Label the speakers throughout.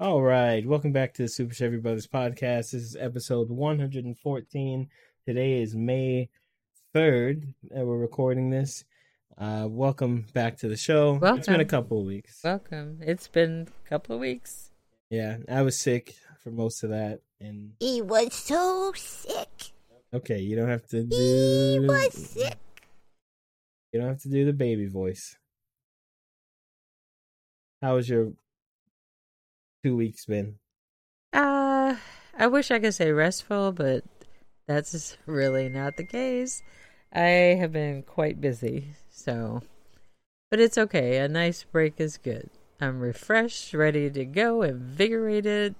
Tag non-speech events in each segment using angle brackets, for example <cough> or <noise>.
Speaker 1: All right, welcome back to the Super Chevy Brothers podcast. This is episode 114. Today is May 3rd, and we're recording this. Uh, welcome back to the show. It's been a
Speaker 2: Welcome.
Speaker 1: couple of weeks.
Speaker 2: Welcome. It's been a couple of weeks.
Speaker 1: yeah, I was sick for most of that, and
Speaker 3: He was so sick.
Speaker 1: okay, you don't have to do.
Speaker 3: He was sick.
Speaker 1: You don't have to do the baby voice. How was your two weeks been?
Speaker 2: Uh, I wish I could say restful, but that's really not the case. I have been quite busy, so. But it's okay. A nice break is good. I'm refreshed, ready to go, invigorated.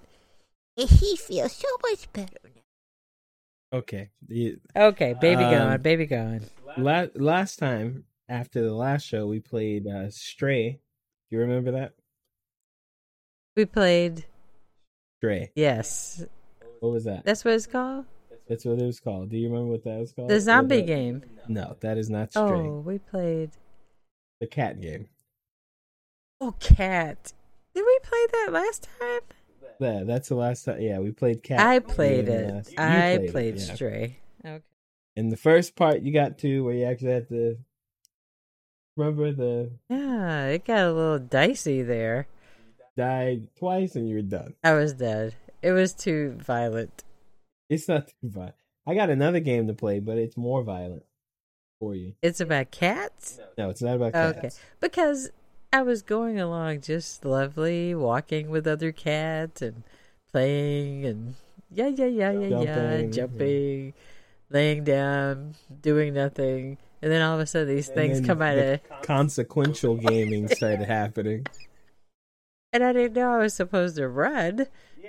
Speaker 3: And He feels so much better now.
Speaker 1: Okay, the-
Speaker 2: Okay, baby
Speaker 1: Um,
Speaker 2: gone, baby gone.
Speaker 1: La- last time after the last show, we played uh, Stray. Do you remember that?
Speaker 2: We played.
Speaker 1: Stray.
Speaker 2: Yes,
Speaker 1: What was that?
Speaker 2: that's what it's called.
Speaker 1: That's what it was called. Do you remember what that was called?
Speaker 2: The zombie
Speaker 1: What the-
Speaker 2: game.
Speaker 1: No, that is not Stray.
Speaker 2: Oh, we played.
Speaker 1: The cat game.
Speaker 2: Oh, cat. Did we play that last time?
Speaker 1: Yeah, that's the last time. Yeah, we played cat.
Speaker 2: I played
Speaker 1: game
Speaker 2: it.
Speaker 1: last- you
Speaker 2: I
Speaker 1: it,
Speaker 2: played,
Speaker 1: yeah.
Speaker 2: Stray. Okay.
Speaker 1: In the first part, you got to where you actually had to remember the
Speaker 2: Yeah, it got a little dicey there.
Speaker 1: died twice and you were done.
Speaker 2: I was dead. It was too violent.
Speaker 1: It's not <laughs> too violent. I got another game to play, but it's more violent for you.
Speaker 2: It's about cats?
Speaker 1: No, it's not about
Speaker 2: Okay.
Speaker 1: cats.
Speaker 2: Because I was going along just lovely, walking with other cats and playing and yeah, yeah, yeah, yeah, yeah,
Speaker 1: Jumping,
Speaker 2: jumping, laying down, doing nothing. And then all of a sudden these
Speaker 1: And
Speaker 2: things
Speaker 1: then
Speaker 2: come out
Speaker 1: the
Speaker 2: of
Speaker 1: consequential gaming started happening.
Speaker 2: and I didn't know I was supposed to run.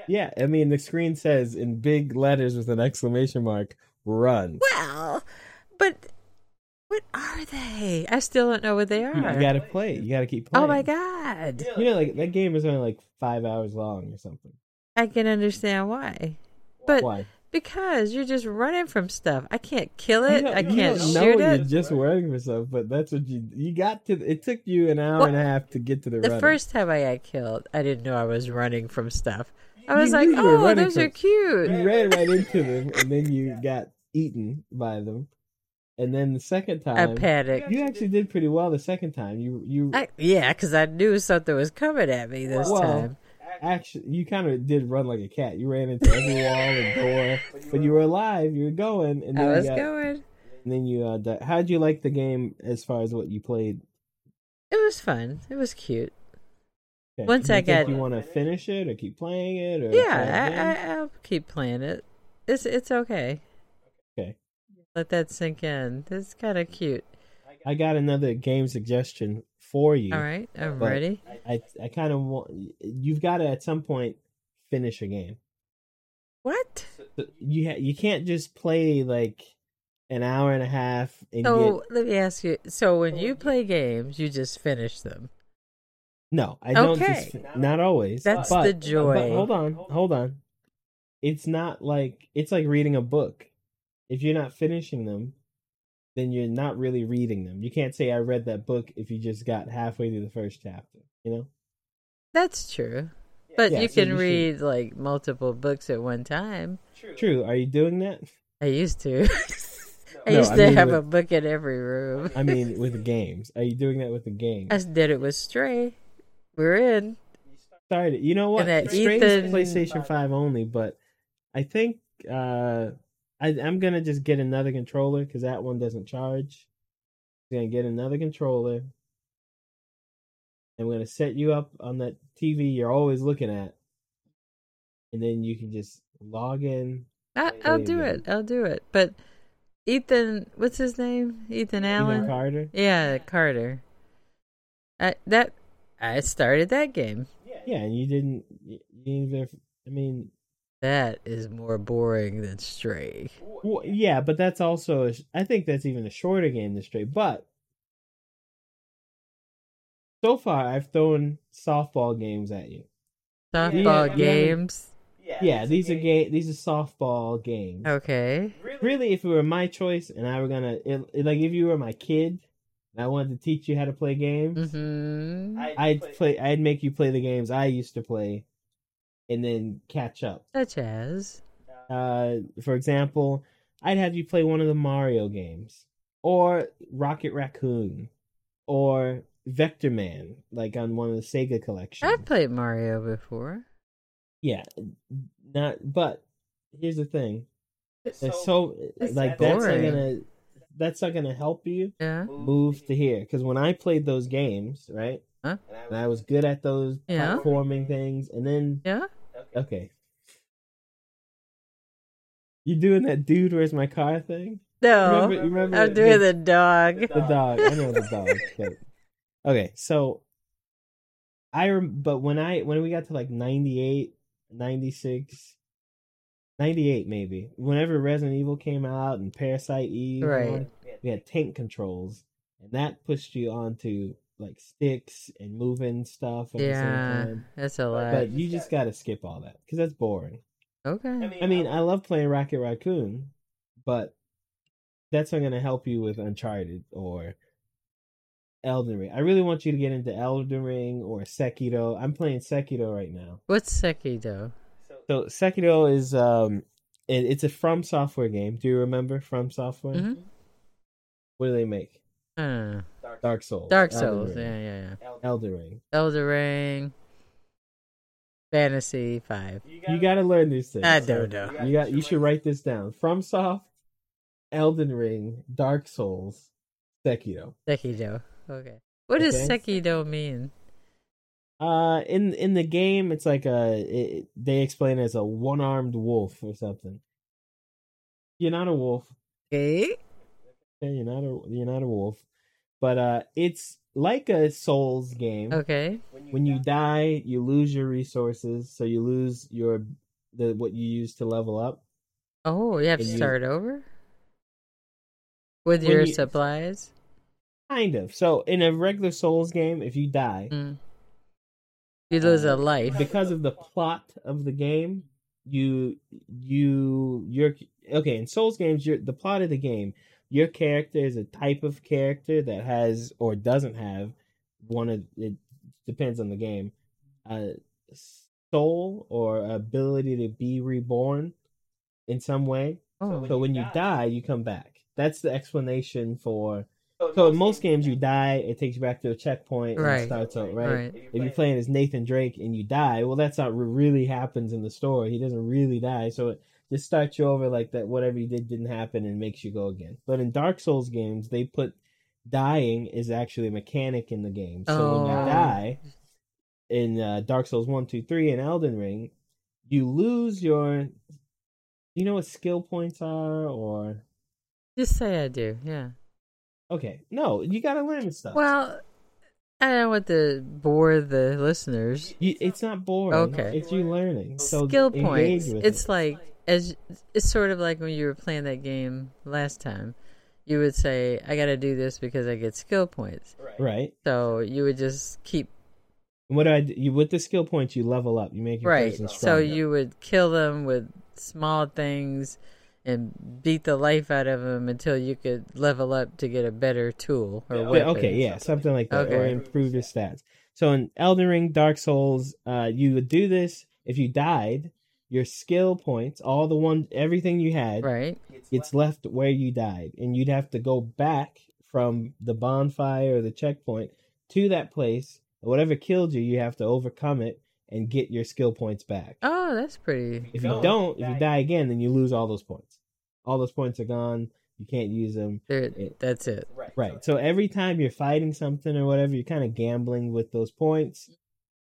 Speaker 1: Yeah, I mean the screen says in big letters with an exclamation mark, "Run."
Speaker 2: Well, but what are they? I still don't know what they
Speaker 1: You
Speaker 2: are.
Speaker 1: gotta play. You gotta keep playing.
Speaker 2: oh my god!
Speaker 1: You know, like that game is only like five hours long or something.
Speaker 2: I can understand why, but
Speaker 1: Why?
Speaker 2: because you're just running from stuff. I can't kill it.
Speaker 1: You don't-
Speaker 2: I
Speaker 1: you
Speaker 2: can't
Speaker 1: don't
Speaker 2: shoot
Speaker 1: know
Speaker 2: it.
Speaker 1: You're just working for stuff, but that's what you you got to. It took you an hour
Speaker 2: Well,
Speaker 1: and a half to get to the.
Speaker 2: The
Speaker 1: running.
Speaker 2: first time I got killed, I didn't know I was running from stuff. I
Speaker 1: You
Speaker 2: was
Speaker 1: knew
Speaker 2: like,
Speaker 1: you were
Speaker 2: "Oh,
Speaker 1: running
Speaker 2: those
Speaker 1: from-
Speaker 2: are cute."
Speaker 1: you ran right
Speaker 2: <laughs>
Speaker 1: into them, and then you got eaten by them. And then the second
Speaker 2: I
Speaker 1: time,
Speaker 2: panicked.
Speaker 1: you actually did pretty well. The second time, you you
Speaker 2: I, yeah, because I knew something was coming at me this
Speaker 1: Well,
Speaker 2: time.
Speaker 1: actually you kind of did run like a cat. You ran into every wall and door, but you were alive. You were going, and
Speaker 2: I
Speaker 1: then
Speaker 2: was
Speaker 1: you got,
Speaker 2: going.
Speaker 1: and then you. Uh, di- How'd you like the game as far as what you played?
Speaker 2: It was fun. It was cute.
Speaker 1: Okay.
Speaker 2: Once
Speaker 1: Do you
Speaker 2: I
Speaker 1: think
Speaker 2: got-
Speaker 1: you want to finish it or keep playing it, or
Speaker 2: Yeah, I, I, I'll keep playing it. It's it's okay.
Speaker 1: Okay.
Speaker 2: Let that sink in. That's kind of cute.
Speaker 1: I, I got another game suggestion for you.
Speaker 2: All right, I'm
Speaker 1: But
Speaker 2: ready.
Speaker 1: I I kind of want you've got to at some point finish a game.
Speaker 2: What?
Speaker 1: You ha- you can't just play like an hour and a half and
Speaker 2: So
Speaker 1: get
Speaker 2: let me ask you. So when you play games, you just finish them.
Speaker 1: No, I don't.
Speaker 2: Okay.
Speaker 1: Just, not always.
Speaker 2: That's
Speaker 1: but-
Speaker 2: the
Speaker 1: but
Speaker 2: joy.
Speaker 1: hold on, hold on. It's not like it's like reading a book. If you're not finishing them, then you're not really reading them. You can't say I read that book if you just got halfway through the first chapter. You know?
Speaker 2: That's true. But
Speaker 1: Yeah,
Speaker 2: you
Speaker 1: so
Speaker 2: can
Speaker 1: you should-
Speaker 2: read like multiple books at one time.
Speaker 1: True. Are you doing that?
Speaker 2: I used to. <laughs> I
Speaker 1: No,
Speaker 2: used
Speaker 1: I
Speaker 2: to
Speaker 1: mean
Speaker 2: have
Speaker 1: with-
Speaker 2: a book in every room.
Speaker 1: I mean, with games. Are you doing that with the game?
Speaker 2: I did it with Stray. We're in.
Speaker 1: Started. You know what?
Speaker 2: And that
Speaker 1: Strange
Speaker 2: Ethan-
Speaker 1: PlayStation Five only, but I think uh, I, I'm gonna just get another controller because that one doesn't charge. I'm gonna get another controller. I'm gonna set you up on that TV you're always looking at, and then you can just log in.
Speaker 2: I,
Speaker 1: Play
Speaker 2: I'll
Speaker 1: the
Speaker 2: do
Speaker 1: game.
Speaker 2: it. I'll do it. But Ethan, what's his name? Ethan Allen.
Speaker 1: Ethan Carter.
Speaker 2: Yeah, Carter. I that I started that game.
Speaker 1: Yeah, and you didn't. You didn't even, I mean,
Speaker 2: That is more boring than Stray.
Speaker 1: Well, yeah, but that's also a sh- I think that's even a shorter game than straight. But so far, I've thrown softball games at you.
Speaker 2: Softball
Speaker 1: yeah.
Speaker 2: games.
Speaker 1: Yeah, these are game. These are softball games.
Speaker 2: Okay.
Speaker 1: Really, if it were my choice, and I were gonna it, it- like if you were my kid, and I wanted to teach you how to play games,
Speaker 2: Mhm.
Speaker 1: I'd Mm-hmm. play. I'd make you play the games I used to play, and then catch up.
Speaker 2: Such as
Speaker 1: uh, for example, I'd have you play one of the Mario games, or Rocket Raccoon, or Vector Man, like on one of the Sega collections.
Speaker 2: I've played Mario before.
Speaker 1: yeah, not. But here's the thing: it's so, uh,
Speaker 4: it's
Speaker 1: like
Speaker 4: so
Speaker 1: that's not
Speaker 2: boring.
Speaker 1: gonna that's not gonna help you
Speaker 2: Yeah.
Speaker 1: move to here. Because when I played those games, right,
Speaker 2: Huh?
Speaker 1: and I was good at those
Speaker 2: Yeah.
Speaker 1: platforming things, and then
Speaker 2: Yeah.
Speaker 1: Okay. You doing that dude where's my car thing?
Speaker 2: No.
Speaker 1: Remember- remember
Speaker 2: I'm doing the dog.
Speaker 1: The dog. I know
Speaker 2: <laughs>
Speaker 1: the dog. but- Okay, so I rem- but when I when we got to like 98, 96 98 maybe. Whenever Resident Evil came out and Parasite Eve, and
Speaker 2: Right.
Speaker 1: all that, we had tank controls and that pushed you onto like sticks and moving stuff at the same
Speaker 2: Yeah.
Speaker 1: time.
Speaker 2: That's a lot.
Speaker 1: But you just got to skip all that cuz that's boring.
Speaker 2: okay.
Speaker 1: I mean, I love playing Rocket Raccoon, but that's not going to help you with Uncharted or Elden Ring. I really want you to get into Elden Ring or Sekiro. I'm playing Sekiro right now.
Speaker 2: What's Seki though?
Speaker 1: So Sekiro is um, it, it's a From Software game. Do you remember From Software?
Speaker 2: Mhm.
Speaker 1: What do they make?
Speaker 2: Uh,
Speaker 1: Dark Souls.
Speaker 2: Dark
Speaker 1: Elden
Speaker 2: Souls. Yeah,
Speaker 1: Ring,
Speaker 2: yeah, yeah.
Speaker 1: Elden Ring.
Speaker 2: Elder Ring. Fantasy Five.
Speaker 1: You got to learn these things.
Speaker 2: I don't know.
Speaker 1: You got. You should write this down. FromSoft, Elden Ring, Dark Souls, Sekiro.
Speaker 2: Sekido. Okay. What does
Speaker 1: Okay.
Speaker 2: Sekido mean?
Speaker 1: Uh, in in the game, it's like a it, they explain it as a one armed wolf or something. You're not a wolf.
Speaker 2: Okay.
Speaker 1: okay? You're not a you're not a wolf, but uh, it's like a Souls game.
Speaker 2: Okay.
Speaker 1: When you die, you lose your resources, so you lose your the what you use to level up.
Speaker 2: Oh, you have to
Speaker 1: When you-
Speaker 2: start over with
Speaker 1: When
Speaker 2: your
Speaker 1: you-
Speaker 2: supplies.
Speaker 1: Kind of. So in a regular Souls game, if you die,
Speaker 2: Mm. You lose a
Speaker 1: Uh,
Speaker 2: life.
Speaker 1: because of the plot of the game you you your okay in souls games you're, the plot of the game your character is a type of character that has or doesn't have one of it depends on the game uh soul or ability to be reborn in some way
Speaker 2: Oh,
Speaker 1: so when you die you come back that's the explanation for so in most games you die it takes you back to a checkpoint and
Speaker 2: Right.
Speaker 1: it starts out
Speaker 2: right.
Speaker 1: right if you're playing as Nathan Drake and you die, well, that's not what really happens in the story. He doesn't really die, so it just starts you over like that. Whatever you did didn't happen, and makes you go again. But in Dark Souls games, they put dying is actually a mechanic in the game. So when
Speaker 2: Oh.
Speaker 1: you die in uh, Dark Souls one, two, three, and Elden Ring, you lose your. You know what skill points are, or
Speaker 2: Just say I do. Yeah.
Speaker 1: okay, no, you gotta learn this stuff.
Speaker 2: Well, I don't want to bore the listeners.
Speaker 1: you, it's not boring.
Speaker 2: Okay.
Speaker 1: it's you learning. So
Speaker 2: Skill
Speaker 1: engage
Speaker 2: points.
Speaker 1: with
Speaker 2: It's
Speaker 1: it.
Speaker 2: like as it's sort of like when you were playing that game last time. You would say, "I got to do this because I get skill points."
Speaker 1: right.
Speaker 2: So you would just keep
Speaker 1: And What do I do? You, with the skill points, you level up. You make your
Speaker 2: right.
Speaker 1: person
Speaker 2: So
Speaker 1: stronger.
Speaker 2: you would kill them with small things and beat the life out of them until you could level up to get a better tool or
Speaker 1: But,
Speaker 2: weapon.
Speaker 1: okay, yeah, something like that, or
Speaker 2: Okay.
Speaker 1: improve your stats. So in Elden Ring, Dark Souls, uh, you would do this. If you died, your skill points, all the one, everything you had,
Speaker 2: Right.
Speaker 1: it's left where you died, and you'd have to go back from the bonfire or the checkpoint to that place. Whatever killed you, you have to overcome it and get your skill points back.
Speaker 2: Oh, that's pretty.
Speaker 1: If you don't, if you die again, then you lose all those points. All those points are gone. You can't use them.
Speaker 2: There, that's it.
Speaker 1: Right. So every time you're fighting something or whatever, you're kind of gambling with those points.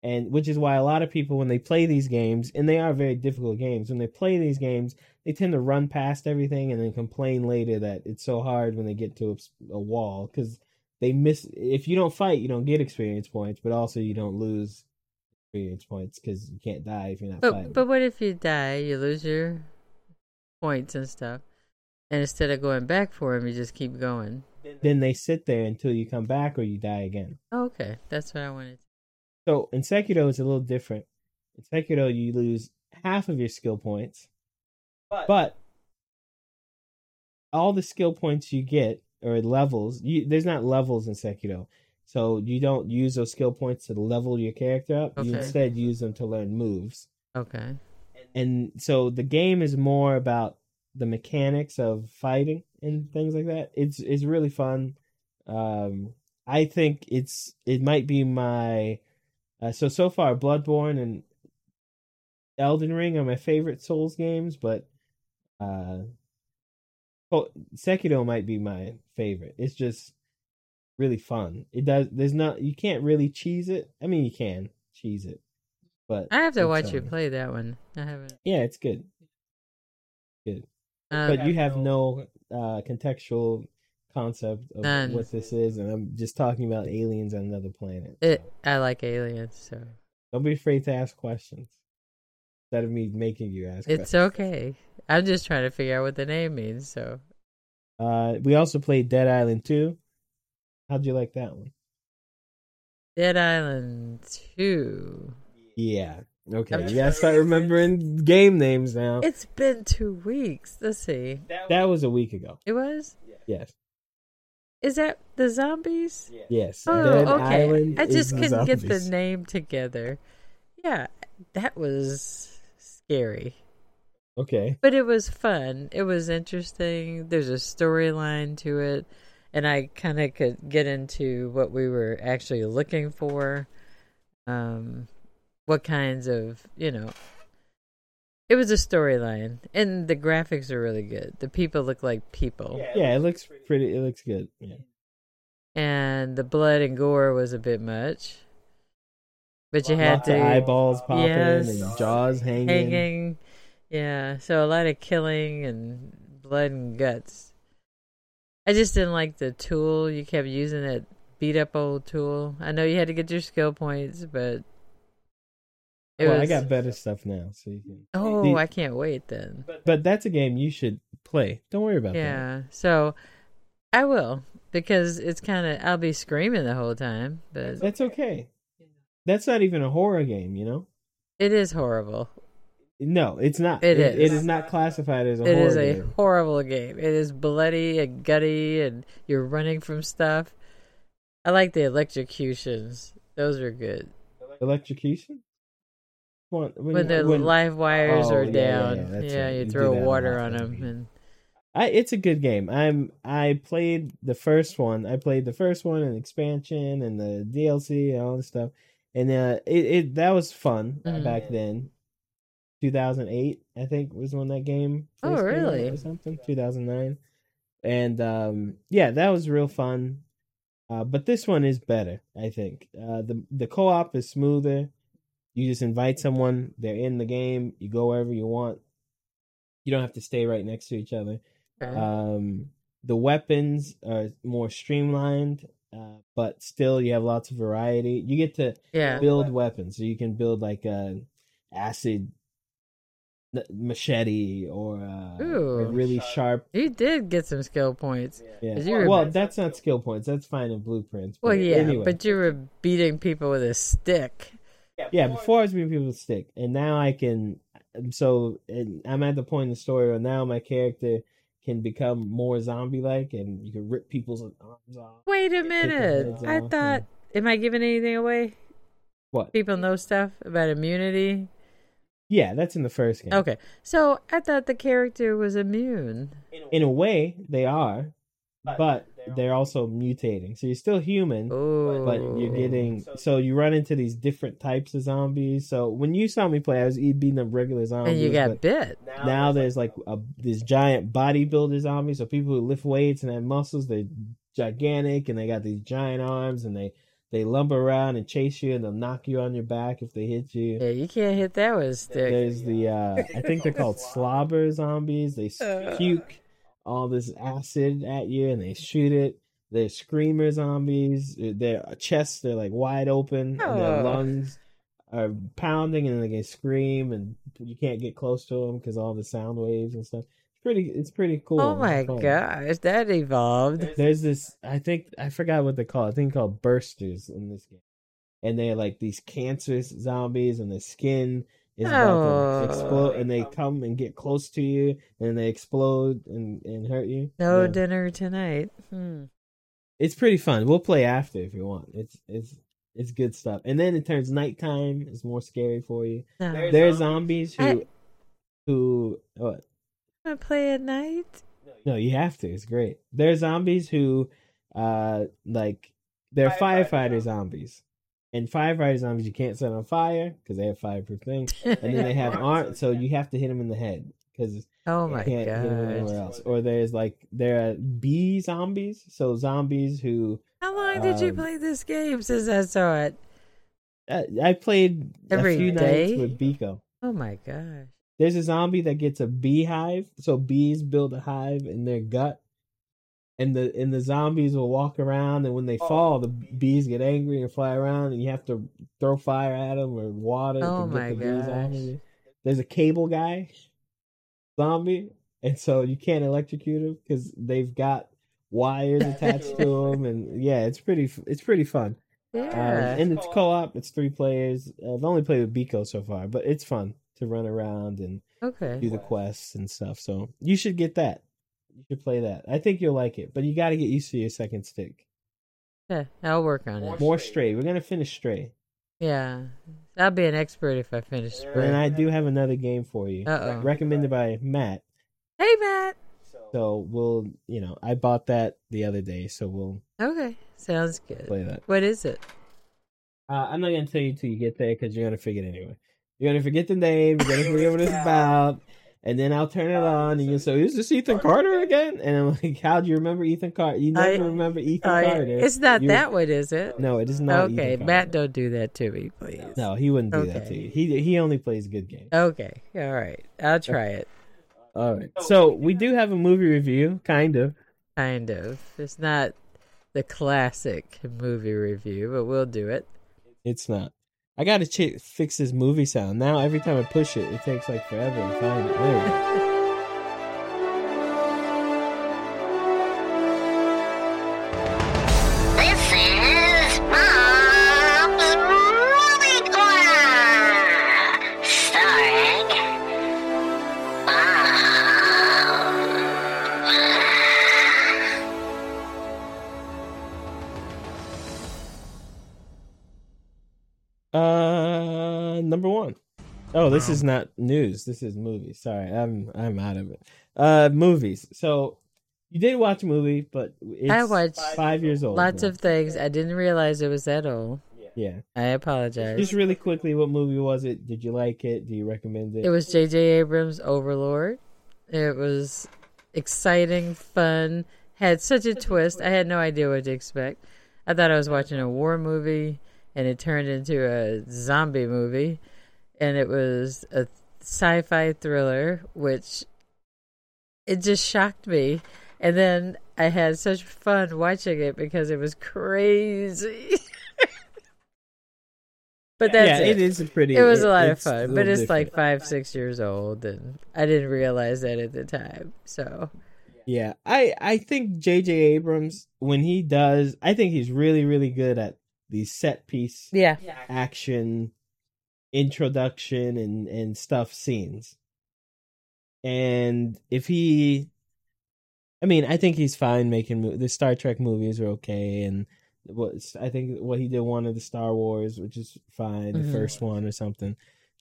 Speaker 1: and which is why a lot of people when they play these games and they are very difficult games when they play these games they tend to run past everything and then complain later that it's so hard when they get to a, s- a wall because they miss if you don't fight you don't get experience points but also you don't lose experience points because you can't die if you're not fighting
Speaker 2: But but what if you die? You lose your points and stuff, and instead of going back for him, you just keep going.
Speaker 1: then they sit there until you come back or you die again
Speaker 2: Oh, okay, that's what I wanted.
Speaker 1: So in Sekiro, it's a little different. In Sekiro, you lose half of your skill points, but, all the skill points you get or levels, you, there's not levels in Sekiro. So you don't use those skill points to level your character up. You
Speaker 2: Okay.
Speaker 1: instead use them to learn moves.
Speaker 2: Okay,
Speaker 1: And so the game is more about the mechanics of fighting and things like that. It's it's really fun. Um, I think it's it might be my uh, so so far Bloodborne and Elden Ring are my favorite Souls games, but uh, oh, Sekiro might be my favorite. It's just really fun. It does. There's not you can't really cheese it. I mean, you can cheese it, but
Speaker 2: I have to
Speaker 1: it's,
Speaker 2: watch you
Speaker 1: um,
Speaker 2: play that one. I haven't.
Speaker 1: yeah, it's good. Good.
Speaker 2: Um,
Speaker 1: But you have no uh, contextual concept of
Speaker 2: None.
Speaker 1: what this is, and I'm just talking about aliens on another planet.
Speaker 2: it,
Speaker 1: so.
Speaker 2: I like aliens, so
Speaker 1: Don't be afraid to ask questions. Instead of me making you ask
Speaker 2: it's
Speaker 1: questions.
Speaker 2: okay. I'm just trying to figure out what the name means. So
Speaker 1: Uh, we also played Dead Island 2. How'd you like that one?
Speaker 2: Dead Island Two.
Speaker 1: Yeah. Okay.
Speaker 2: I'm
Speaker 1: You gotta start remembering game names now.
Speaker 2: It's been two weeks. Let's see.
Speaker 1: that was a week ago.
Speaker 2: It was.
Speaker 1: Yes.
Speaker 2: Is that the zombies?
Speaker 1: Yes.
Speaker 2: Oh,
Speaker 1: Dead
Speaker 2: okay.
Speaker 1: Island
Speaker 2: I
Speaker 1: is
Speaker 2: just couldn't get the
Speaker 1: zombies.
Speaker 2: name together. Yeah, that was scary,
Speaker 1: Okay.
Speaker 2: but it was fun. It was interesting. There's a storyline to it, and I kind of could get into what we were actually looking for. Um, what kinds of you know. It was a storyline, and the graphics are really good. The people look like people.
Speaker 1: Yeah, it looks pretty. It looks good. Yeah.
Speaker 2: and the blood and gore was a bit much. But you had
Speaker 1: Lots of
Speaker 2: to
Speaker 1: eyeballs popping and
Speaker 2: Yes.
Speaker 1: jaws hanging.
Speaker 2: hanging, yeah. So a lot of killing and blood and guts. I just didn't like the tool you kept using that beat up old tool. I know you had to get your skill points, but it
Speaker 1: well,
Speaker 2: was.
Speaker 1: I got better stuff now, so you can.
Speaker 2: oh,
Speaker 1: the-
Speaker 2: I can't wait then.
Speaker 1: But that's a game you should play. Don't worry about that.
Speaker 2: Yeah, so I will because it's kind of I'll be screaming the whole time, but
Speaker 1: That's okay. That's not even a horror game, you know.
Speaker 2: it is horrible.
Speaker 1: No, it's not.
Speaker 2: It
Speaker 1: it,
Speaker 2: is.
Speaker 1: It is not classified as a
Speaker 2: It
Speaker 1: horror
Speaker 2: is a
Speaker 1: game.
Speaker 2: horrible game. It is bloody and gutty, and you're running from stuff. I like the electrocutions; those are good
Speaker 1: Electrocution. When, when,
Speaker 2: when the
Speaker 1: when-
Speaker 2: live wires
Speaker 1: Oh,
Speaker 2: are
Speaker 1: yeah, yeah,
Speaker 2: down.
Speaker 1: yeah,
Speaker 2: Yeah,
Speaker 1: that's right. You
Speaker 2: you
Speaker 1: do
Speaker 2: throw
Speaker 1: that a
Speaker 2: water
Speaker 1: lot,
Speaker 2: on
Speaker 1: don't
Speaker 2: them,
Speaker 1: you?
Speaker 2: and
Speaker 1: I, it's a good game. I'm. I played the first one. I played the first one and expansion and the DLC and all this stuff. And uh, it, it that was fun uh,
Speaker 2: Mhm.
Speaker 1: back then. 2008, I think, was when that game.
Speaker 2: Oh,
Speaker 1: first came out
Speaker 2: really?
Speaker 1: Or something. 2009. And um, yeah, that was real fun. Uh, but this one is better, I think. Uh, the the co op is smoother. You just invite someone, they're in the game. You go wherever you want. You don't have to stay right next to each other. Um, the weapons are more streamlined, uh, but still you have lots of variety. You get to
Speaker 2: yeah,
Speaker 1: build weapons, so you can build like a acid n- machete or uh, a
Speaker 2: Ooh.
Speaker 1: really sharp.
Speaker 2: you did get some skill points.
Speaker 1: Yeah.
Speaker 2: Did you remember-
Speaker 1: Well, that's not skill points. That's fine in blueprints.
Speaker 2: Well, yeah,
Speaker 1: anyway.
Speaker 2: but you were beating people with a stick.
Speaker 1: yeah, before I was being people stick, and now I can. um, So and I'm at the point in the story where now my character can become more zombie-like, and you can rip people's arms off.
Speaker 2: Wait a
Speaker 1: their
Speaker 2: minute!
Speaker 1: heads
Speaker 2: I
Speaker 1: off,
Speaker 2: thought, am I giving anything away?
Speaker 1: What?
Speaker 2: People know stuff about immunity.
Speaker 1: Yeah, that's in the first game.
Speaker 2: Okay, so I thought the character was immune.
Speaker 1: In a way, they are, but they're also mutating. So you're still human,
Speaker 2: Oh,
Speaker 1: but you're getting. So you run into these different types of zombies. So when you saw me play, I was beating up regular zombies.
Speaker 2: and you got
Speaker 1: but
Speaker 2: bit.
Speaker 1: now there's like a, this giant bodybuilder zombie. So people who lift weights and have muscles, they're gigantic and they got these giant arms and they They lumber around and chase you, and they'll knock you on your back if they hit you.
Speaker 2: Yeah, you can't hit that with a stick.
Speaker 1: There's the uh, I think they're called slobber zombies. They puke all this acid at you and they shoot it. There's screamer zombies. Their chests they're like wide open and their
Speaker 2: Oh.
Speaker 1: lungs are pounding and they can scream and you can't get close to them because all the sound waves and stuff. It's pretty. It's pretty cool.
Speaker 2: Oh my
Speaker 1: It's fun.
Speaker 2: gosh, that evolved.
Speaker 1: There's this. I think I forgot what they call. I think called bursters in this game, and they're like these cancerous zombies, and their skin is about
Speaker 2: Oh.
Speaker 1: to explode, and they come and get close to you, and they explode and and hurt you.
Speaker 2: No
Speaker 1: Yeah.
Speaker 2: dinner tonight. Hmm.
Speaker 1: it's pretty fun. We'll play after if you want. It's it's it's good stuff. And then it turns nighttime. It's more scary for you.
Speaker 2: No.
Speaker 1: There's,
Speaker 2: There's
Speaker 1: zombies who
Speaker 2: I-
Speaker 1: who what?
Speaker 2: I play at night.
Speaker 1: No, you have to. It's great. There are zombies who, uh, like they're firefighter zombies, and firefighter zombies you can't set on fire because they have fireproof things, and then <laughs> they have arms, so you have to hit them in the head because
Speaker 2: oh
Speaker 1: you
Speaker 2: my
Speaker 1: can't hit them anywhere
Speaker 2: gosh.
Speaker 1: else. Or there's like there are bee zombies, so zombies who
Speaker 2: How long did you
Speaker 1: Um,
Speaker 2: play this game since I saw it?
Speaker 1: uh, I played a
Speaker 2: Every
Speaker 1: few
Speaker 2: day?
Speaker 1: nights with Biko.
Speaker 2: Oh my gosh.
Speaker 1: There's a zombie that gets a beehive, so bees build a hive in their gut, and the and the zombies will walk around, and when
Speaker 2: Oh.
Speaker 1: they fall, the bees get angry and fly around, and you have to throw fire at them or water
Speaker 2: Oh
Speaker 1: to
Speaker 2: my
Speaker 1: get the bees out of
Speaker 2: gosh.
Speaker 1: you. There's a cable guy zombie, and so you can't electrocute him because they've got wires attached to
Speaker 2: <laughs>
Speaker 1: them, and yeah, it's pretty f- it's pretty fun. Um,
Speaker 2: Yeah.
Speaker 1: and it's co-op. It's three players. Uh, I've only played with Biko so far, but it's fun to run around and do
Speaker 2: okay.
Speaker 1: the quests and stuff. So you should get that. You should play that. I think you'll like it, but you got to get used to your second stick.
Speaker 2: Yeah, I'll work on it.
Speaker 1: More Stray. We're gonna finish Stray,
Speaker 2: Yeah. I'll be an expert if I finish
Speaker 1: and
Speaker 2: spring.
Speaker 1: I do have another game for you,
Speaker 2: Uh-oh.
Speaker 1: recommended by Matt.
Speaker 2: Hey Matt.
Speaker 1: So we'll, you know, I bought that the other day, so we'll
Speaker 2: Okay. Sounds good.
Speaker 1: play that.
Speaker 2: What is it?
Speaker 1: Uh, I'm not gonna tell you till you get there because you're gonna forget anyway. You're gonna forget the name. You're gonna forget what it's about, and then I'll turn it on, and you'll say, "Is this Ethan Carter again?" And I'm like, "How do you remember Ethan Carter? You
Speaker 2: I-
Speaker 1: never remember Ethan
Speaker 2: Oh, yeah.
Speaker 1: Carter.
Speaker 2: it's not
Speaker 1: You-
Speaker 2: that one, is it?
Speaker 1: No, it is not. Ethan
Speaker 2: Okay,
Speaker 1: Carter.
Speaker 2: Matt, don't do that to me, please.
Speaker 1: No, he wouldn't do that to
Speaker 2: Okay.
Speaker 1: you. He he only plays good games.
Speaker 2: Okay, all right. I'll try it.
Speaker 1: All right. So we do have a movie review, kind of.
Speaker 2: Kind of. It's not the classic movie review, but we'll do it.
Speaker 1: It's not. I gotta ch- fix this movie sound. Now every time I push it, it takes like forever to find it. There we go.
Speaker 3: This is Mom's Movie Corner, starring Mom.
Speaker 1: <laughs> Uh, number one. Oh, this is not news. This is movies. Sorry, I'm I'm out of it. Uh, movies. So you did watch a movie, but it's
Speaker 2: I watched
Speaker 1: five years old.
Speaker 2: Lots
Speaker 1: now.
Speaker 2: of things. I didn't realize it was that old.
Speaker 1: yeah.
Speaker 2: I apologize.
Speaker 1: Just really quickly, what movie was it? Did you like it? Do you recommend it?
Speaker 2: It was J.J. Abrams' Overlord. It was exciting, fun, had such a twist. I had no idea what to expect. I thought I was watching a war movie, and it turned into a zombie movie. And it was a sci fi thriller, which it just shocked me. And then I had such fun watching it because it was crazy. <laughs> but that's
Speaker 1: yeah,
Speaker 2: it.
Speaker 1: it is a pretty.
Speaker 2: It was a lot of
Speaker 1: it's a
Speaker 2: fun, but
Speaker 1: little
Speaker 2: it's like
Speaker 1: different.
Speaker 2: five, six years old, and I didn't realize that at the time. So
Speaker 1: Yeah, I I think J.J. Abrams when he does, I think he's really really good at the set piece
Speaker 2: yeah,
Speaker 1: action introduction and and stuff scenes. And if he, I mean, I think he's fine making mo- the Star Trek movies are okay, and what I think what he did one of the Star Wars, which is fine,
Speaker 2: Mhm.
Speaker 1: the first one or something.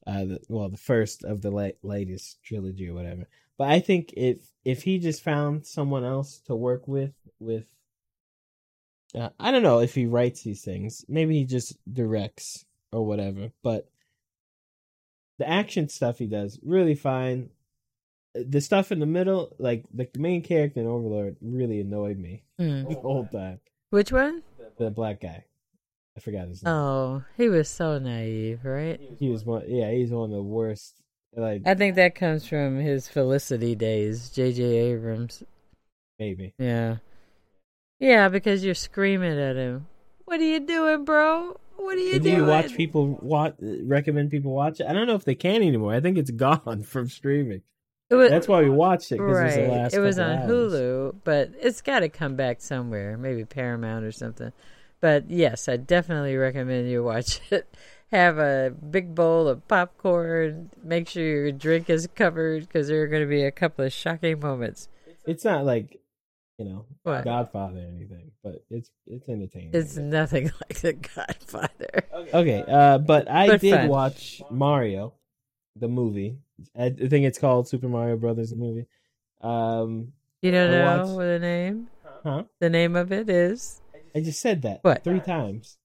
Speaker 1: Uh, the, well, the first of the la- latest trilogy or whatever. But I think if if he just found someone else to work with, with uh, I don't know if he writes these things. Maybe he just directs or whatever. But the action stuff he does really fine. The stuff in the middle, like the main character in Overlord, really annoyed me <laughs>
Speaker 2: Mm.
Speaker 1: the whole time.
Speaker 2: which one?
Speaker 1: The black guy, I I forgot his name.
Speaker 2: Oh, he was so naive, right?
Speaker 1: He was one. Yeah, he's one of the worst. Like
Speaker 2: I think that comes from his Felicity days, J.J. Abrams.
Speaker 1: maybe.
Speaker 2: Yeah. Yeah, because you're screaming at him. What are you doing, bro? What are you
Speaker 1: Did
Speaker 2: doing?
Speaker 1: you watch people watch? Recommend people watch it. I don't know if they can anymore. I think it's gone <laughs> from streaming.
Speaker 2: It was,
Speaker 1: That's why we watched it. 'cause
Speaker 2: right.
Speaker 1: It was, the last couple
Speaker 2: on
Speaker 1: hours.
Speaker 2: Hulu, but it's got to come back somewhere, maybe Paramount or something. But yes, I definitely recommend you watch <laughs> it. Have a big bowl of popcorn. Make sure your drink is covered because there are going to be a couple of shocking moments.
Speaker 1: It's not like you know
Speaker 2: What?
Speaker 1: Godfather or anything, but it's it's entertaining.
Speaker 2: It's nothing <laughs> like The Godfather.
Speaker 1: okay. Uh, but I
Speaker 2: But
Speaker 1: did
Speaker 2: fun.
Speaker 1: watch Mario, the movie. I I think it's called Super Mario Brothers the movie. Um,
Speaker 2: You don't
Speaker 1: I
Speaker 2: know
Speaker 1: watched-
Speaker 2: what the name?
Speaker 1: huh?
Speaker 2: The name of it is.
Speaker 1: I just said that
Speaker 2: What?
Speaker 1: three times.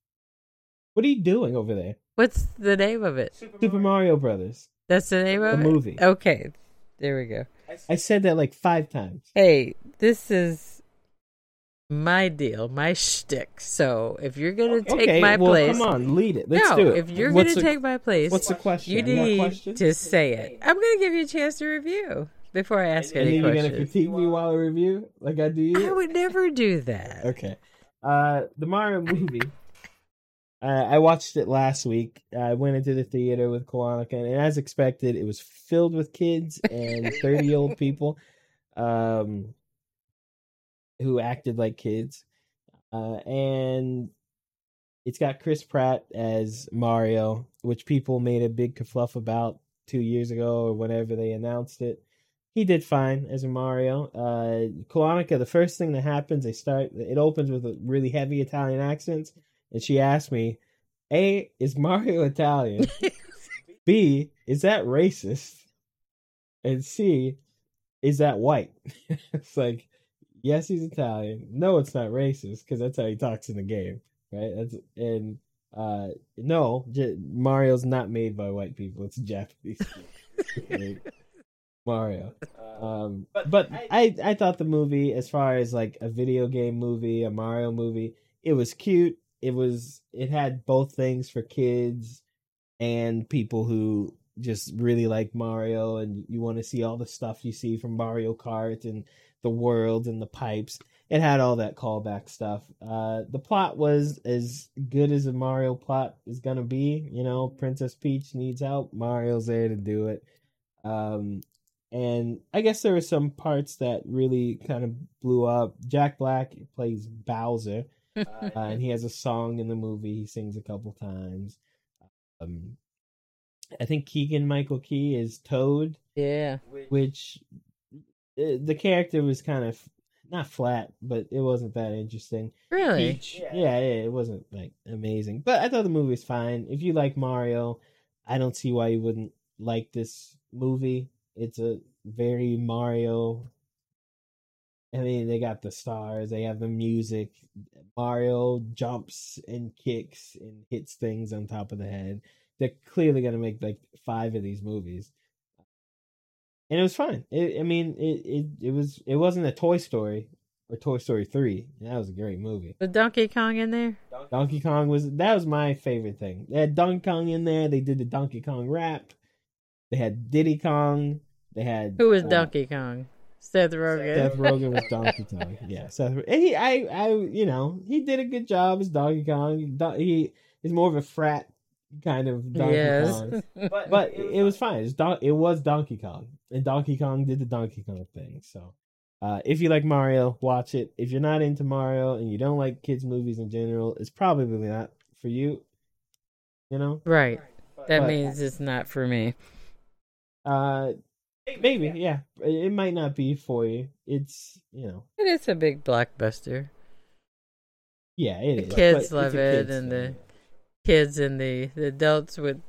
Speaker 1: What are you doing over there?
Speaker 2: What's the name of it?
Speaker 1: Super Mario Brothers.
Speaker 2: That's the name of
Speaker 1: The
Speaker 2: it.
Speaker 1: movie.
Speaker 2: Okay, there we go.
Speaker 1: I said that like five times.
Speaker 2: Hey, this is my deal, my shtick. So if you're gonna take
Speaker 1: okay,
Speaker 2: my
Speaker 1: well,
Speaker 2: place,
Speaker 1: come on, lead it. Let's
Speaker 2: no,
Speaker 1: do it.
Speaker 2: if you're
Speaker 1: What's
Speaker 2: gonna
Speaker 1: the-
Speaker 2: take my place,
Speaker 1: what's the question?
Speaker 2: You
Speaker 1: You got
Speaker 2: need
Speaker 1: questions?
Speaker 2: to say it. I'm gonna give you a chance to review before I ask
Speaker 1: and
Speaker 2: any
Speaker 1: then you're gonna
Speaker 2: questions.
Speaker 1: critique me while I review, like I do you.
Speaker 2: I would never do that.
Speaker 1: <laughs> Okay. Uh, the Mario movie. Uh, I watched it last week. I went into the theater with Kalanika, and as expected, it was filled with kids and thirty-year-old people, um, who acted like kids. Uh, and it's got Chris Pratt as Mario, which people made a big kerfluff about two years ago or whenever they announced it he did fine as a Mario. Uh, Kolonica, the first thing that happens, they start. It opens with a really heavy Italian accents, and she asked me, "A is Mario Italian? B is that racist? And C is that white?" <laughs> it's like, yes, he's Italian. No, it's not racist because that's how he talks in the game, right? That's and uh, no, J- Mario's not made by white people. It's Japanese. people. Mario. Um, but but I, I thought the movie, as far as like a video game movie, a Mario movie, it was cute. It was it had both things for kids and people who just really like Mario, and you want to see all the stuff you see from Mario Kart and the world and the pipes. It had all that callback stuff. Uh, the plot was as good as a Mario plot is gonna be. You know, Princess Peach needs help. Mario's there to do it. Um, and I guess there were some parts that really kind of blew up. Jack Black plays Bowser, <laughs> uh, and he has a song in the movie. He sings a couple times. Um, I think Keegan Michael Key is Toad,
Speaker 2: Yeah.
Speaker 1: which uh, the character was kind of not flat, but it wasn't that interesting.
Speaker 2: Really?
Speaker 1: Peach. Yeah. yeah, it wasn't like amazing, but I thought the movie was fine. If you like Mario, I don't see why you wouldn't like this movie. It's a very Mario. I mean, they got the stars, they have the music. Mario jumps and kicks and hits things on top of the head. They're clearly going to make like five of these movies. And it was fine. It, I mean, it, it it was it wasn't a Toy Story or Toy Story three. and That was a great movie.
Speaker 2: With Donkey Kong in there?
Speaker 1: Donkey Kong was that was my favorite thing. They had Donkey Kong in there. They did the Donkey Kong rap. They had Diddy Kong. They had
Speaker 2: Who was
Speaker 1: uh,
Speaker 2: Donkey Kong? Seth Rogen.
Speaker 1: Seth Rogen was Donkey
Speaker 2: <laughs>
Speaker 1: Kong. Yeah, Seth. And he, I, I, you know, he did a good job as Donkey Kong. Do- He is more of a frat kind of Donkey
Speaker 2: yes.
Speaker 1: Kong but it, it was fine. It was, Don- it was Donkey Kong, and Donkey Kong did the Donkey Kong thing. So, uh, if you like Mario, watch it. If you're not into Mario and you don't like kids movies in general, it's probably not for you. You know,
Speaker 2: <laughs> right. That
Speaker 1: But-
Speaker 2: means it's not for me.
Speaker 1: uh, maybe yeah, it it might not be for you. It's you know,
Speaker 2: But it's a big blockbuster.
Speaker 1: yeah, it
Speaker 2: The
Speaker 1: is.
Speaker 2: kids
Speaker 1: but it's a
Speaker 2: love it,
Speaker 1: kids
Speaker 2: and
Speaker 1: thing.
Speaker 2: the kids and the, the adults with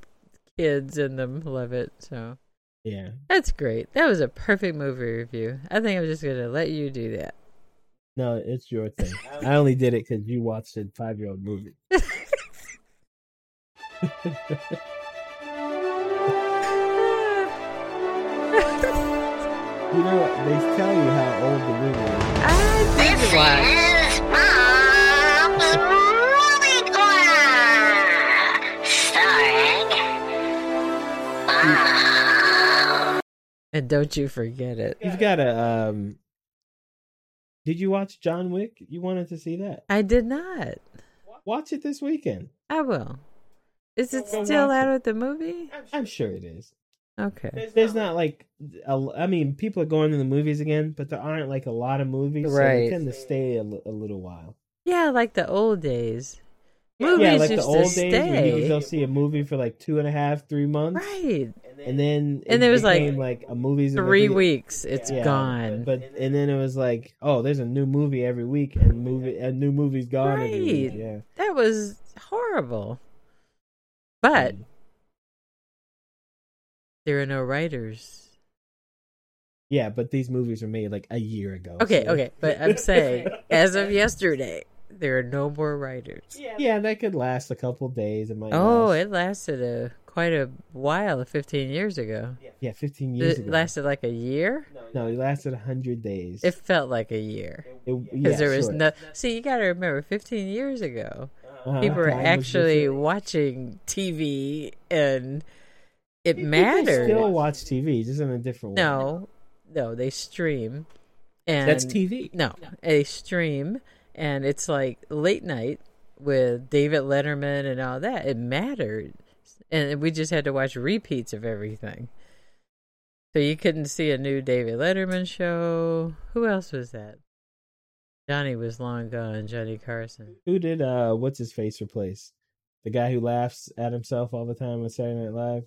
Speaker 2: kids in them love it. So
Speaker 1: yeah.
Speaker 2: that's great. That was a perfect movie review. I think I'm just gonna let you do that.
Speaker 1: No, it's <laughs> your thing. I only did it because you watched a five year old <laughs> movie. You know, they tell you how old the movie is.
Speaker 2: I
Speaker 3: This
Speaker 2: did watch.
Speaker 3: is Mom's Movie Corner.
Speaker 2: don't you forget it.
Speaker 1: You've got a. Um, did you watch John Wick? You wanted to see that.
Speaker 2: I did not.
Speaker 1: Watch it this weekend.
Speaker 2: I will. Is it
Speaker 1: Go
Speaker 2: still
Speaker 1: watch
Speaker 2: out
Speaker 1: it.
Speaker 2: at the movie?
Speaker 1: I'm sure it is.
Speaker 2: Okay.
Speaker 1: There's not like, a, I mean, people are going to the movies again, but there aren't like a lot of movies, so
Speaker 2: Right.
Speaker 1: you tend to stay a, li- a little while.
Speaker 2: Yeah, like the old days. Movies
Speaker 1: yeah, like the
Speaker 2: used to
Speaker 1: old
Speaker 2: stay.
Speaker 1: days when you would go see a movie for like two and a half, three months,
Speaker 2: right.
Speaker 1: and then
Speaker 2: And it was, like,
Speaker 1: became, like a movie's in the
Speaker 2: Three
Speaker 1: video-
Speaker 2: weeks. It's
Speaker 1: Yeah,
Speaker 2: gone.
Speaker 1: But and then it was like, oh, there's a new movie every week, and movie a new movie's gone every week.
Speaker 2: Right.
Speaker 1: Yeah,
Speaker 2: that was horrible. But
Speaker 1: Hmm.
Speaker 2: there are no writers.
Speaker 1: yeah, but these movies were made like a year ago.
Speaker 2: Okay,
Speaker 1: so-
Speaker 2: okay. But
Speaker 1: <laughs>
Speaker 2: I'm saying, as of yesterday, there are no more writers.
Speaker 1: yeah, that could last a couple days. It might.
Speaker 2: Oh,
Speaker 1: last-
Speaker 2: it lasted a quite a while, 15 years ago.
Speaker 1: yeah, fifteen years
Speaker 2: It
Speaker 1: ago.
Speaker 2: lasted like a year.
Speaker 1: No, it lasted hundred days.
Speaker 2: It felt like a year
Speaker 1: It-
Speaker 2: because
Speaker 1: yeah,
Speaker 2: there was
Speaker 1: sure.
Speaker 2: no. See, you got to remember, 15 years ago,
Speaker 1: Uh-huh,
Speaker 2: people were
Speaker 1: time was
Speaker 2: actually
Speaker 1: different.
Speaker 2: watching TV, and it
Speaker 1: People
Speaker 2: mattered.
Speaker 1: Still watch TV, just in a different way.
Speaker 2: No, no, they stream. And
Speaker 1: that's TV.
Speaker 2: No, they stream, and it's like late night with David Letterman and all that. It mattered, and we just had to watch repeats of everything. So you couldn't see a new David Letterman show. Who else was that? Johnny was long gone. Johnny Carson.
Speaker 1: Who did uh what's his face replace? The guy who laughs at himself all the time on Saturday Night Live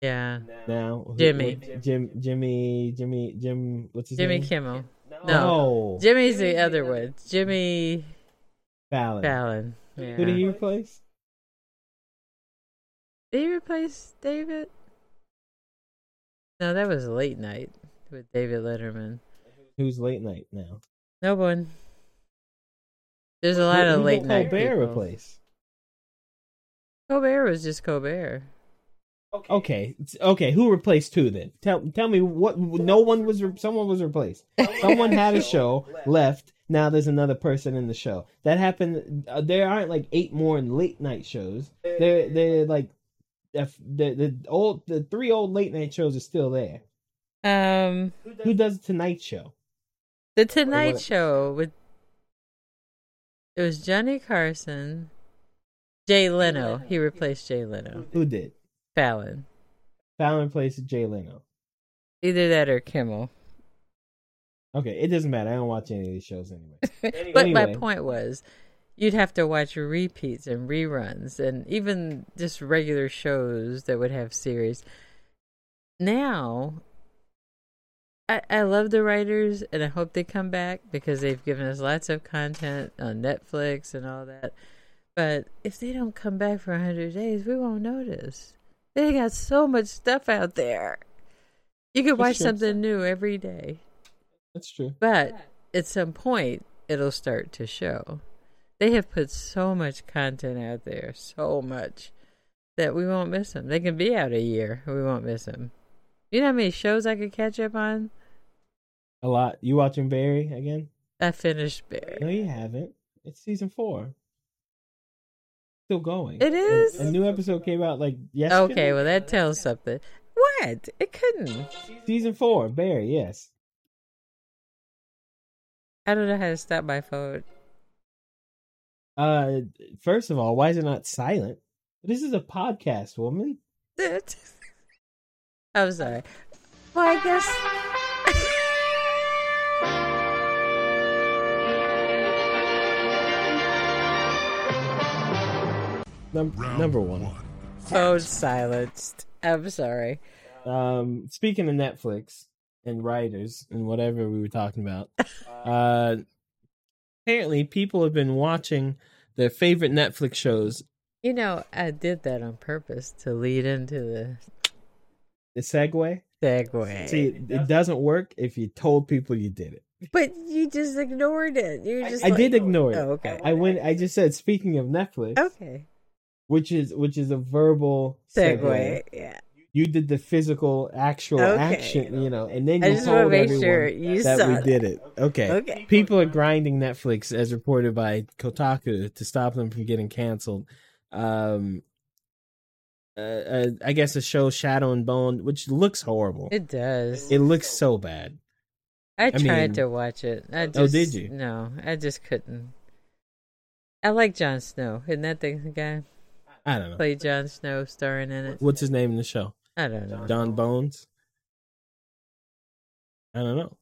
Speaker 2: Yeah,
Speaker 1: now? Who-
Speaker 2: Jimmy.
Speaker 1: who- Jim Jimmy Jimmy Jim what's his
Speaker 2: Jimmy
Speaker 1: name? Oh,
Speaker 2: Kimmel. No,
Speaker 1: No.
Speaker 2: Jimmy's the other one. Jimmy
Speaker 1: Fallon.
Speaker 2: Fallon. Yeah.
Speaker 1: Who did he replace?
Speaker 2: Did he replace David? No, that was late night with David Letterman.
Speaker 1: Who's late night now?
Speaker 2: No one. There's a lot of
Speaker 1: Who
Speaker 2: late
Speaker 1: did
Speaker 2: night.
Speaker 1: Colbert
Speaker 2: people.
Speaker 1: replace?
Speaker 2: Colbert was just Colbert.
Speaker 1: Okay, it's- okay. Who replaced who then? Tell tell me what. No one was. Re- someone was replaced. Someone had a show left. Now there's another person in the show. That happened. Uh, there aren't like eight more late night shows. They're they're like the f- the, the old the three old late night shows are still there.
Speaker 2: Um,
Speaker 1: Who does tonight show?
Speaker 2: The Tonight
Speaker 1: what-
Speaker 2: Show with it was Johnny Carson, Jay Leno. He replaced Jay Leno.
Speaker 1: Who did?
Speaker 2: Fallon.
Speaker 1: Fallon replaced Jay Leno.
Speaker 2: Either that or Kimmel.
Speaker 1: Okay, it doesn't matter. I don't watch any of these shows anyway.
Speaker 2: <laughs> But my
Speaker 1: Anyway.
Speaker 2: point was, you'd have to watch repeats and reruns, and even just regular shows that would have series. Now, I, I love the writers, and I hope they come back because they've given us lots of content on Netflix and all that. But if they don't come back for hundred days, we won't notice. They got so much stuff out there. You could
Speaker 1: That's
Speaker 2: watch
Speaker 1: true.
Speaker 2: something new every day.
Speaker 1: That's true.
Speaker 2: But at some point, it'll start to show. They have put so much content out there, so much, that we won't miss them. They can be out a year, we won't miss them. You know how many shows I could catch up on?
Speaker 1: A lot. You watching Barry again?
Speaker 2: I finished Barry.
Speaker 1: No, you haven't. It's season four. Still going.
Speaker 2: It is?
Speaker 1: A, a new episode came out like yesterday.
Speaker 2: Okay, well, that tells something. What? It couldn't.
Speaker 1: season four, Barry. Yes.
Speaker 2: I don't know how to stop my phone. <laughs>
Speaker 1: Uh, first of all, why is it not silent? This is a podcast, woman.
Speaker 2: I'm sorry. Well, I guess.
Speaker 1: Num- number one.
Speaker 2: Phone silenced. I'm sorry.
Speaker 1: Um, speaking of Netflix and writers and whatever we were talking about, <laughs> uh, apparently people have been watching their favorite Netflix shows.
Speaker 2: You know, I did that on purpose to lead into the
Speaker 1: The segue.
Speaker 2: segue.
Speaker 1: See, it doesn't work if you told people you did it.
Speaker 2: but you just ignored it. You were just
Speaker 1: I
Speaker 2: like,
Speaker 1: did ignore it.
Speaker 2: Oh, okay.
Speaker 1: I went. I just said, speaking of Netflix,
Speaker 2: Okay.
Speaker 1: which is which is a verbal
Speaker 2: Segue.
Speaker 1: segue.
Speaker 2: Yeah.
Speaker 1: You did the physical, actual
Speaker 2: Okay.
Speaker 1: action, you know, and then
Speaker 2: I
Speaker 1: you
Speaker 2: just want to
Speaker 1: told
Speaker 2: make
Speaker 1: everyone
Speaker 2: sure you
Speaker 1: that
Speaker 2: saw
Speaker 1: we
Speaker 2: that.
Speaker 1: did it. Okay.
Speaker 2: Okay.
Speaker 1: People are grinding Netflix, as reported by Kotaku, to stop them from getting canceled. Um, uh, uh, I guess a show Shadow and Bone, which looks horrible. It,
Speaker 2: It does.
Speaker 1: looks so bad.
Speaker 2: I
Speaker 1: I
Speaker 2: tried
Speaker 1: mean-
Speaker 2: to watch it. I just,
Speaker 1: Oh, did you?
Speaker 2: No, I just couldn't. I like Jon Snow. Isn't that the guy
Speaker 1: I don't know.
Speaker 2: played Jon Snow starring in it?
Speaker 1: What's his name in the show?
Speaker 2: I don't know.
Speaker 1: Don Bones. I don't know.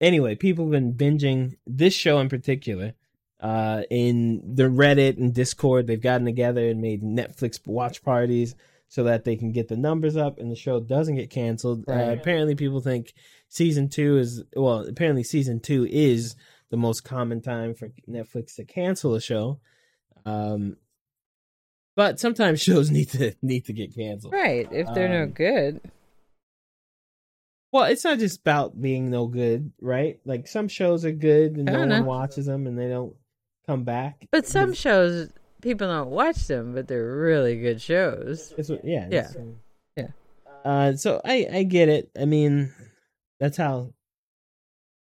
Speaker 1: Anyway, people have been binging this show in particular. Uh, in the Reddit and Discord, they've gotten together and made Netflix watch parties so that they can get the numbers up and the show doesn't get canceled. Uh,
Speaker 2: Right.
Speaker 1: apparently, people think season two is well. Apparently, season two is the most common time for Netflix to cancel a show. Um, but sometimes <laughs> shows need to need to get canceled.
Speaker 2: Right. If they're no
Speaker 1: Um,
Speaker 2: good.
Speaker 1: Well, it's not just about being no good, right? Like some shows are good and
Speaker 2: I
Speaker 1: no
Speaker 2: don't
Speaker 1: one
Speaker 2: know.
Speaker 1: watches them and they don't come back.
Speaker 2: But some
Speaker 1: It's-
Speaker 2: shows, people don't watch them, but they're really good shows.
Speaker 1: it's what- yeah,
Speaker 2: Yeah.
Speaker 1: it's-
Speaker 2: Yeah.
Speaker 1: Uh, so I I get it. I mean, that's how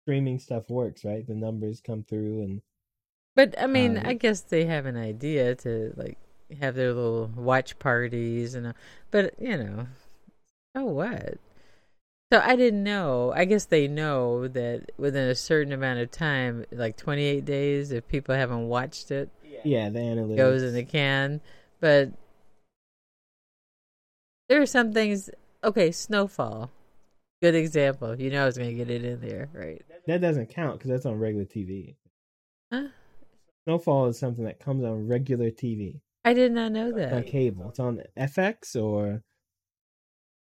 Speaker 1: streaming stuff works, right? The numbers come through and
Speaker 2: But I mean,
Speaker 1: Um,
Speaker 2: I guess they have an idea to like have their little watch parties and. all- But you know, oh what? So I didn't know. I guess they know that within a certain amount of time, like 28 days, if people haven't watched it,
Speaker 1: yeah, the analytics
Speaker 2: goes in the can. But there are some things. Okay, Snowfall, good example. You know, I was gonna get it in there, right?
Speaker 1: that doesn't count because that's on regular TV.
Speaker 2: Huh?
Speaker 1: Snowfall is something that comes on regular TV.
Speaker 2: I did not know
Speaker 1: It's on
Speaker 2: that.
Speaker 1: cable. It's on FX or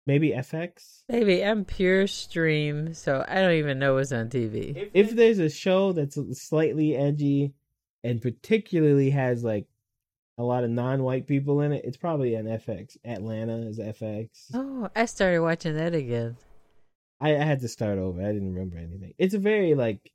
Speaker 1: maybe FX.
Speaker 2: Baby, I'm pure stream, so I don't even know what's on TV.
Speaker 1: If there's a show that's slightly edgy and particularly has like a lot of non-white people in it, it's probably on FX. Atlanta is FX.
Speaker 2: Oh, I started watching that again.
Speaker 1: I, I had to start over. I didn't remember anything. It's a very like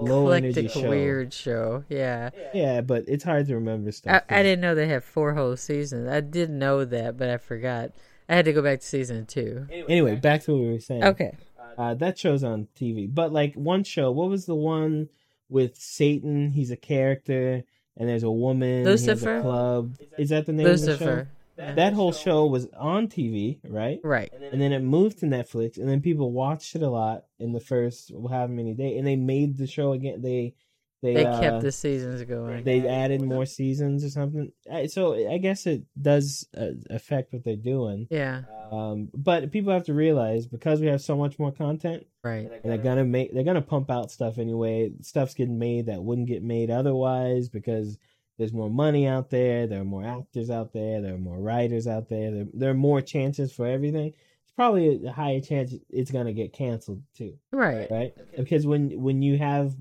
Speaker 1: Low energy
Speaker 2: Eclectic
Speaker 1: show.
Speaker 2: weird show. Yeah.
Speaker 1: yeah, but it's hard to remember
Speaker 2: I,
Speaker 1: stuff.
Speaker 2: I didn't know they had four whole seasons. I did know that, but I forgot. I had to go back to season two.
Speaker 1: Anyway, back to what we were saying.
Speaker 2: Okay.
Speaker 1: Uh, that show's on TV. But like one show, what was the one with Satan? He's a character, and there's a woman. he has a
Speaker 2: Lucifer?
Speaker 1: club. Is that the name of
Speaker 2: Lucifer.
Speaker 1: the show? That whole show was on TV, right?
Speaker 2: Right.
Speaker 1: And then it moved to Netflix, and then people watched it a lot in the first however many days, and they made the show again. They they,
Speaker 2: They
Speaker 1: uh,
Speaker 2: kept the seasons going.
Speaker 1: they added more seasons or something. I- So I guess it does uh, affect what they're doing.
Speaker 2: Yeah.
Speaker 1: Um, but people have to realize because we have so much more content,
Speaker 2: Right.
Speaker 1: and they're gonna make they're gonna pump out stuff anyway. Stuff's getting made that wouldn't get made otherwise because there's more money out there, there are more actors out there, there are more writers out there, there, there are more chances for everything. It's probably a higher chance it's gonna get canceled too,
Speaker 2: Right.
Speaker 1: right? Because when when you have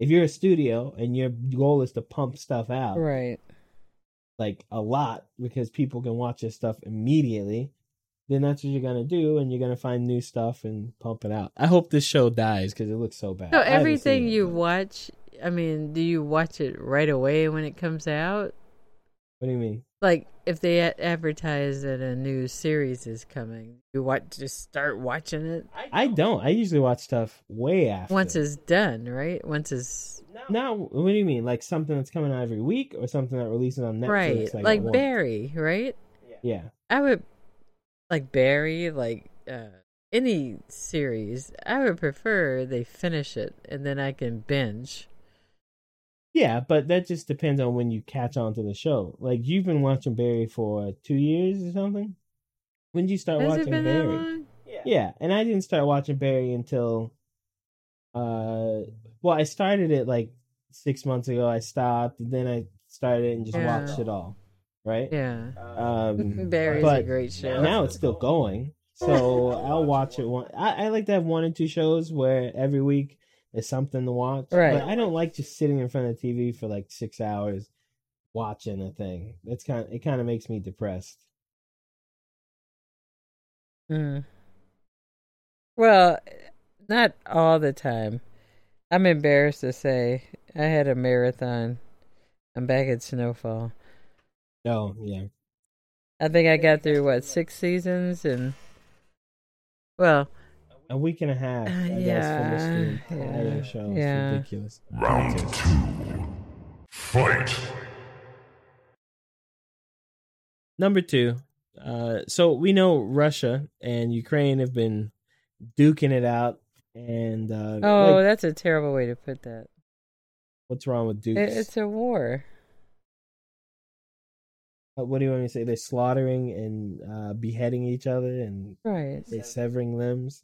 Speaker 1: if you're a studio and your goal is to pump stuff out
Speaker 2: Right.
Speaker 1: like a lot because people can watch your stuff immediately, then that's what you're gonna do, and you're gonna find new stuff and pump it out. I hope this show dies because it looks so bad.
Speaker 2: So
Speaker 1: I haven't
Speaker 2: everything
Speaker 1: seen it,
Speaker 2: you
Speaker 1: but-
Speaker 2: watch, I mean, do you watch it right away when it comes out?
Speaker 1: What do you mean?
Speaker 2: Like if they a- advertise that a new series is coming, you watch just start watching it
Speaker 1: I don't. I usually watch stuff way after.
Speaker 2: once it's done, right? Once it's
Speaker 1: no. What do you mean? Like something that's coming out every week, or something that releases on Netflix?
Speaker 2: right,
Speaker 1: at
Speaker 2: like
Speaker 1: once?
Speaker 2: Barry, right?
Speaker 1: Yeah.
Speaker 2: I would like Barry, like uh, any series. I would prefer they finish it and then I can binge.
Speaker 1: Yeah, but that just depends on when you catch on to the show. Like you've been watching Barry for two years or something. When did you start
Speaker 2: Has it
Speaker 1: watching
Speaker 2: been
Speaker 1: Barry?
Speaker 2: that long?
Speaker 1: Yeah, and I didn't start watching Barry until uh well, I started it like 6 months ago. I stopped, and then I started it and just
Speaker 2: Yeah.
Speaker 1: watched it all, right?
Speaker 2: Yeah, <laughs>
Speaker 1: Um
Speaker 2: Barry's a
Speaker 1: but
Speaker 2: great show.
Speaker 1: now it's still going. So, I'll watch it one I, I like to have one or two shows where every week there's something to watch.
Speaker 2: Right.
Speaker 1: But I don't like just sitting in front of the TV for like 6 hours watching a thing. That's kind it kind of makes me depressed.
Speaker 2: Mm. Well, not all the time. I'm embarrassed to say I had a marathon. I'm back at Snowfall.
Speaker 1: Oh, yeah.
Speaker 2: I think I got through what six seasons and well,
Speaker 1: a week and a half.
Speaker 2: Uh,
Speaker 1: I guess for this
Speaker 2: yeah,
Speaker 1: entire
Speaker 2: yeah,
Speaker 1: show. It's
Speaker 2: yeah.
Speaker 1: ridiculous.
Speaker 4: Round
Speaker 1: Content.
Speaker 4: two. Fight.
Speaker 1: Number two, uh, so we know Russia and Ukraine have been duking it out, and uh,
Speaker 2: Oh,
Speaker 1: like,
Speaker 2: that's a terrible way to put that.
Speaker 1: what's wrong with
Speaker 2: It-
Speaker 1: dukes?
Speaker 2: It's a war.
Speaker 1: Uh, what do you want me to say? They're slaughtering and uh, beheading each other and
Speaker 2: Right.
Speaker 1: they're severing limbs.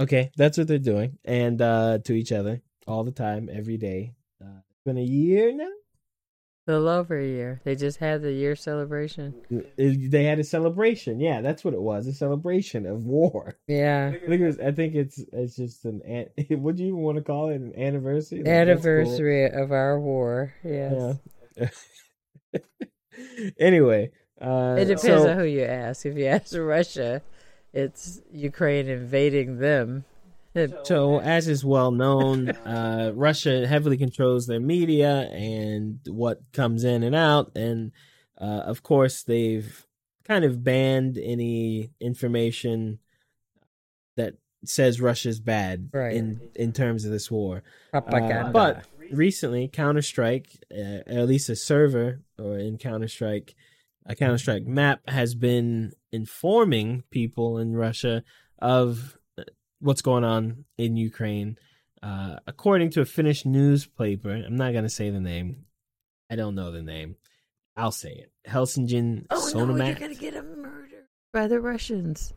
Speaker 1: Okay, that's what they're doing, and uh, to each other all the time, every day. Uh, it's been a year now.
Speaker 2: A little over a year. They just had the year celebration.
Speaker 1: It- Uh, They had a celebration. Yeah, that's what it was—a celebration of war. <laughs>
Speaker 2: Yeah.
Speaker 1: I think, it was, I think it's it's just an <laughs> an- what do you even want to call it an anniversary Like, that's cool.
Speaker 2: Anniversary of our war. Yes.
Speaker 1: Yeah. anyway, uh,
Speaker 2: It depends
Speaker 1: so-
Speaker 2: on who you ask. If you ask <laughs> Russia, it's Ukraine invading them.
Speaker 1: So, as is well known, uh, Russia heavily controls their media and what comes in and out. And uh, of course, they've kind of banned any information that says Russia's bad
Speaker 2: Right.
Speaker 1: in, in terms of this war.
Speaker 2: Propaganda.
Speaker 1: Uh, but recently, Counter Strike, uh, at least a server or in Counter Strike, a Counter Strike map has been informing people in Russia of uh, what's going on in Ukraine. Uh, according to a Finnish newspaper, I'm not going to say the name. I don't know the name. I'll say it. Helsingin
Speaker 2: oh no, you're
Speaker 1: Sanomat.
Speaker 2: gonna get a murder by the Russians.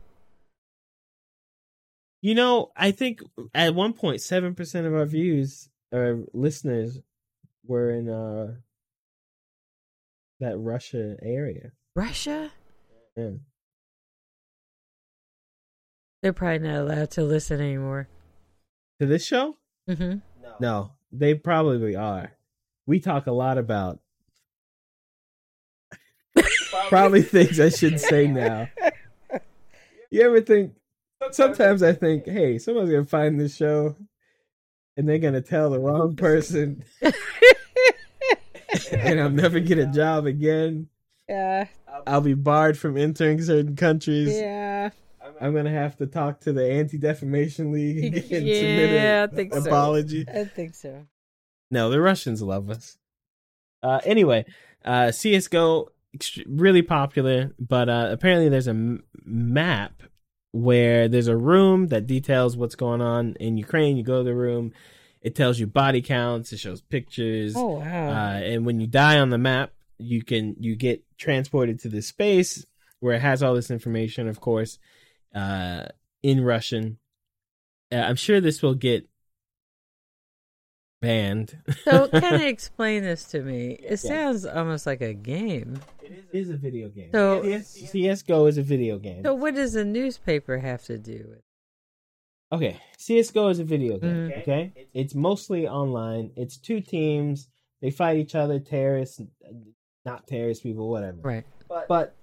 Speaker 1: You know, I think at one point, seven percent of our views or listeners were in uh that Russia area.
Speaker 2: Russia?
Speaker 1: Yeah.
Speaker 2: They're probably not allowed to listen anymore.
Speaker 1: To this show?
Speaker 2: Mm-hmm.
Speaker 1: No, they probably are. We talk a lot about
Speaker 2: <laughs>
Speaker 1: probably things I should say now. You ever think? Sometimes I think, hey, someone's gonna find this show, and they're gonna tell the wrong person, <laughs> and I'll never get a job again.
Speaker 2: yeah.
Speaker 1: I'll be barred from entering certain countries.
Speaker 2: Yeah.
Speaker 1: I'm gonna have to talk to the Anti Defamation
Speaker 2: <laughs>
Speaker 1: League <laughs> and submit
Speaker 2: Yeah,
Speaker 1: an
Speaker 2: I think so.
Speaker 1: apology.
Speaker 2: I think so.
Speaker 1: No, the Russians love us. Uh, anyway, uh, CS:GO ext- really popular, but uh, apparently there's a m- map where there's a room that details what's going on in Ukraine. You go to the room, it tells you body counts, it shows pictures,
Speaker 2: Oh wow.
Speaker 1: uh, and when you die on the map you can you get transported to this space where it has all this information of course uh in russian uh, i'm sure this will get banned <laughs>
Speaker 2: so kind <laughs> of explain this to me. It
Speaker 1: Yeah.
Speaker 2: sounds almost like a game.
Speaker 1: it is a video game
Speaker 2: So-
Speaker 1: csgo is a video game
Speaker 2: So what does a newspaper have to do with?
Speaker 1: Okay, CS:GO is a video game.
Speaker 2: Mhm.
Speaker 1: Okay, it's mostly online. It's two teams. They fight each other. Terrorists, not terrorist people, whatever.
Speaker 2: Right.
Speaker 1: But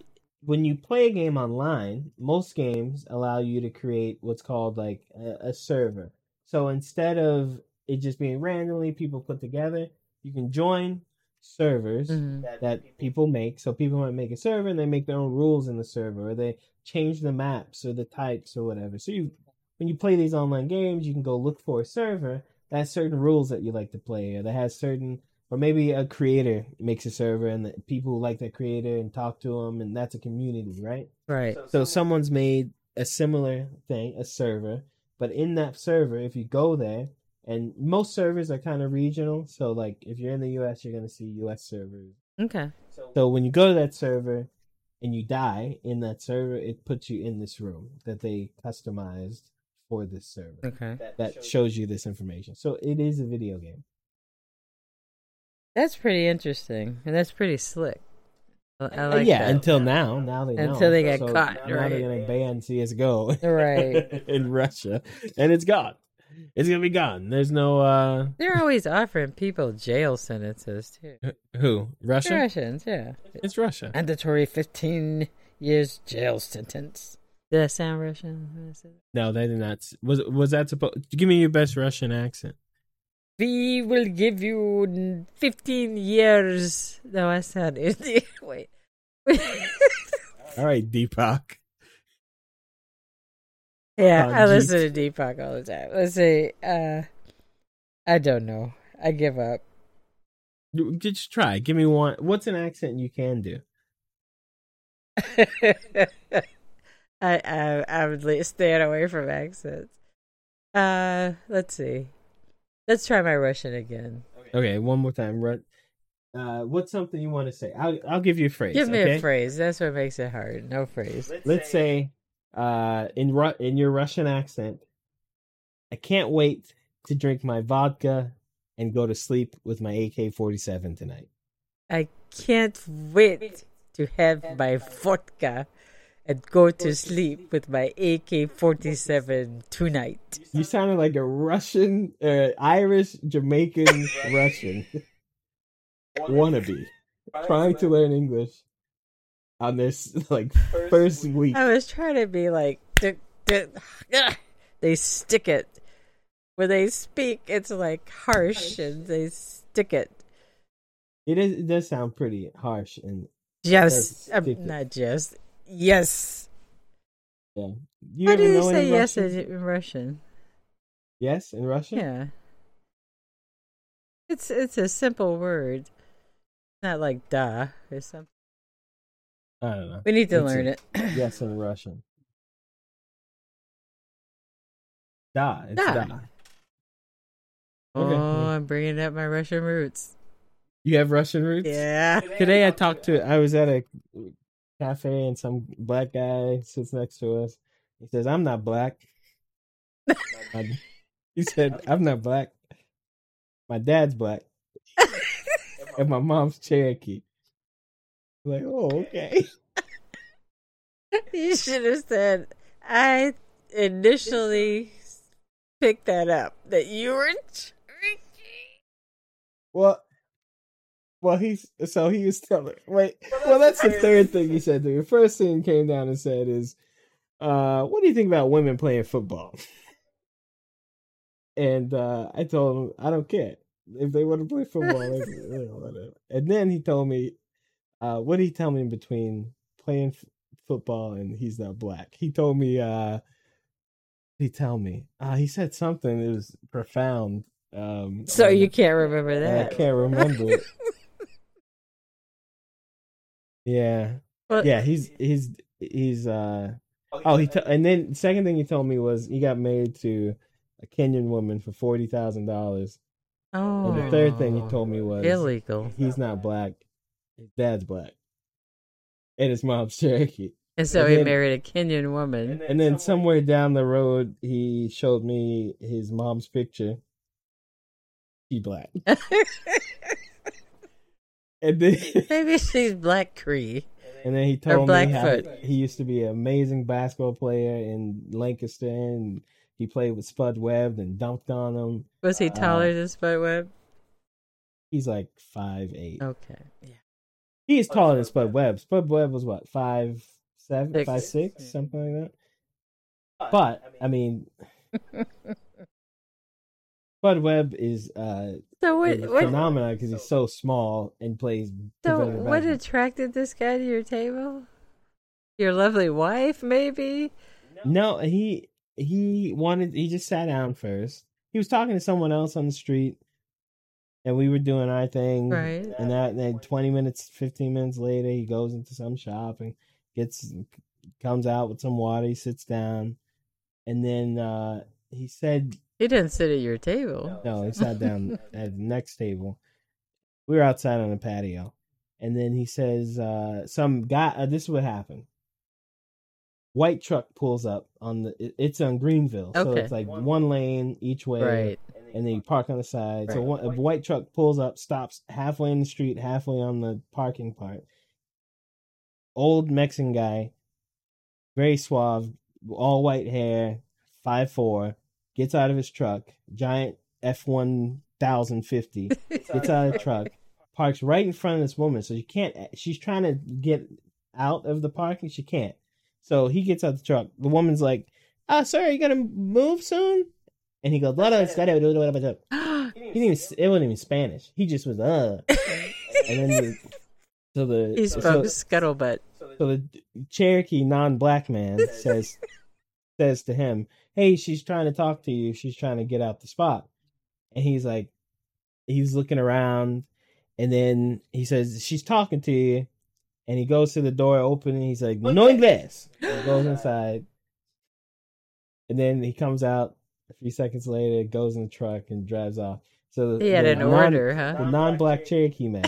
Speaker 1: when you play a game online, most games allow you to create what's called like a, a server. So instead of it just being randomly people put together, you can join servers
Speaker 2: Mhm.
Speaker 1: that people make. So people might make a server and they make their own rules in the server, or they change the maps or the types or whatever. So you, when you play these online games, you can go look for a server that has certain rules that you like to play, or that has certain, or maybe a creator makes a server and the people who like that creator and talk to them, and that's a community, right?
Speaker 2: Right.
Speaker 1: So someone's made a similar thing, a server, but in that server, if you go there, and most servers are kind of regional. So like if you're in the US, you're going to see US servers.
Speaker 2: Okay.
Speaker 1: So when you go to that server and you die in that server, it puts you in this room that they customized for this server
Speaker 2: Okay.
Speaker 1: that shows you this information. So it is a video game.
Speaker 2: That's pretty interesting, and that's pretty slick. I I
Speaker 1: Uh,
Speaker 2: like
Speaker 1: yeah,
Speaker 2: that.
Speaker 1: until now, now they know.
Speaker 2: Until they get
Speaker 1: So
Speaker 2: caught,
Speaker 1: Now
Speaker 2: right.
Speaker 1: they're gonna ban CS:GO <laughs>
Speaker 2: right.
Speaker 1: in Russia, and it's gone. It's gonna be gone. There's no uh
Speaker 2: They're always offering people jail sentences too.
Speaker 1: who Russia.
Speaker 2: Russians, yeah.
Speaker 1: It's Russia.
Speaker 2: Mandatory fifteen years jail sentence. Did that sound Russian? when I said that?
Speaker 1: No, they did not. Was was that supposed? Give me your best Russian accent.
Speaker 2: We will give you fifteen years. No, I said it. <laughs> Wait. Oh,
Speaker 1: All right, Deepak.
Speaker 2: Yeah, I
Speaker 1: Ranjit.
Speaker 2: listen to Deepak all the time. Let's see. Uh, I don't know. I give up.
Speaker 1: Just try. Give me one. What's an accent you can do?
Speaker 2: <laughs> I, I I would le- stand away from accents. Uh, let's see. Let's try my Russian again.
Speaker 1: Okay, one more time. Ru- Uh, what's something you want to say? I'll I'll give you a phrase.
Speaker 2: Give me
Speaker 1: okay?
Speaker 2: a phrase. That's what makes it hard. No phrase.
Speaker 1: Let's say, uh, in Ru- in your Russian accent, I can't wait to drink my vodka and go to sleep with my AK forty seven tonight.
Speaker 2: I can't wait to have my vodka and go to sleep with my AK 47 tonight.
Speaker 1: You sounded like a Russian, uh, Irish, Jamaican, <laughs> Russian <laughs> wannabe trying to learn English on this <laughs> like first week.
Speaker 2: I was trying to be like, "Duh, duh, ah." they stick it. When they speak, it's like harsh and they stick it.
Speaker 1: It is. It does sound pretty harsh and
Speaker 2: Yes.
Speaker 1: That's
Speaker 2: Um,
Speaker 1: ridiculous.
Speaker 2: not just. Yes.
Speaker 1: yeah. You
Speaker 2: Why
Speaker 1: ever
Speaker 2: do you
Speaker 1: know
Speaker 2: say
Speaker 1: any
Speaker 2: yes
Speaker 1: Russian?
Speaker 2: in in
Speaker 1: <laughs>
Speaker 2: Russian?
Speaker 1: Yes, in Russian.
Speaker 2: Yeah. It's it's a simple word. Not like duh or something.
Speaker 1: I don't know.
Speaker 2: We need to
Speaker 1: It's
Speaker 2: learn
Speaker 1: a- <laughs>
Speaker 2: it.
Speaker 1: Yes, in Russian. Da, it's
Speaker 2: Da.
Speaker 1: da. Okay.
Speaker 2: <laughs> Oh, I'm bringing up my Russian roots.
Speaker 1: You have Russian roots. <laughs>
Speaker 2: Yeah. <laughs>
Speaker 1: Today I talked to. I was at a cafe and some black guy sits next to us. He says, "I'm not black." My- he said, "I'm not black. My dad's black, and my mom's Cherokee." I'm like, oh, okay.
Speaker 2: You should have said, I initially picked that up that you were. ch-
Speaker 1: Well, well, he's so he was telling. Wait, well, that's the third thing he said to me. First thing he came down and said is, uh, "What do you think about women playing football?" And uh, I told him, "I don't care if they want to play football." they can, you know, whatever." and then he told me, uh, "What did he tell me in between playing f- football and he's not black?" He told me, uh, what did "He tell me." Uh, he said something that was profound. Um,
Speaker 2: So
Speaker 1: and-
Speaker 2: you can't remember
Speaker 1: and I
Speaker 2: that.
Speaker 1: can't remember it. yeah,
Speaker 2: Well,
Speaker 1: yeah. He's he's he's uh oh he t- and then second thing he told me was he got married to a Kenyan woman for forty thousand dollars.
Speaker 2: Oh,
Speaker 1: And the third thing he told me was
Speaker 2: illegal.
Speaker 1: he's not black, his dad's black, and his mom's <laughs> Cherokee.
Speaker 2: And so
Speaker 1: and
Speaker 2: he
Speaker 1: then-
Speaker 2: married a Kenyan woman.
Speaker 1: And then somewhere down the road, he showed me his mom's picture. He black, and <laughs> then.
Speaker 2: Maybe <laughs> she's Black Cree.
Speaker 1: And then he
Speaker 2: Or
Speaker 1: told me how
Speaker 2: Blackfoot.
Speaker 1: he used to be an amazing basketball player in Lancaster, and he played with Spud Webb and dunked on him.
Speaker 2: Was he
Speaker 1: Uh,
Speaker 2: taller than Spud Webb?
Speaker 1: He's like five eight.
Speaker 2: Okay. Yeah.
Speaker 1: He's taller than Spud Webb. Spud Webb was what five seven,
Speaker 2: Six.
Speaker 1: five six,
Speaker 2: Yeah.
Speaker 1: something like that. But I mean,
Speaker 2: <laughs>
Speaker 1: Spud Webb is uh,
Speaker 2: So what?
Speaker 1: is a
Speaker 2: What?
Speaker 1: phenomenon because he's so small and plays.
Speaker 2: So
Speaker 1: competitive
Speaker 2: what
Speaker 1: basketball.
Speaker 2: attracted this guy to your table? Your lovely wife, maybe.
Speaker 1: No, he he wanted he just sat down first. He was talking to someone else on the street and we were doing our thing.
Speaker 2: Right.
Speaker 1: And that and then twenty minutes, fifteen minutes later he goes into some shop and gets comes out with some water, he sits down, and then uh he said
Speaker 2: He didn't sit at your table.
Speaker 1: no, he sat down at the next table. We were outside on the patio. And then he says, uh, some guy, uh, this is what happened. White truck pulls up on the, it- it's on Greenville. So
Speaker 2: Okay.
Speaker 1: it's like one lane each way.
Speaker 2: Right.
Speaker 1: And then you park on the side. So
Speaker 2: Right.
Speaker 1: one, a white truck pulls up, stops halfway in the street, halfway on the parking part. Old Mexican guy, very suave, all white hair, five four, gets out of his truck, giant F one thousand fifty, gets out of the truck, parks right in front of this woman. So she can't. She's trying to get out of the parking. She can't. So he gets out the truck. The woman's like, "Ah, sir, are you gonna move soon?" And he goes, "What up? What up? What up? What up?" He didn't even. It wasn't even Spanish. He just was <laughs> uh. And then the, so the
Speaker 2: <gasps> he
Speaker 1: so-
Speaker 2: spoke scuttlebutt.
Speaker 1: so the Cherokee non-black man says says to him, "Hey, she's trying to talk to you. She's trying to get out the spot." And he's like, he's looking around, and then he says, "She's talking to you," and he goes to the door opening. He's like,
Speaker 4: Okay.
Speaker 1: "No inglés." And goes inside, and then he comes out a few seconds later. Goes in the truck and drives off. So the,
Speaker 2: He had
Speaker 1: the
Speaker 2: an
Speaker 1: non-
Speaker 2: order, huh?
Speaker 1: The non-black Cherokee man.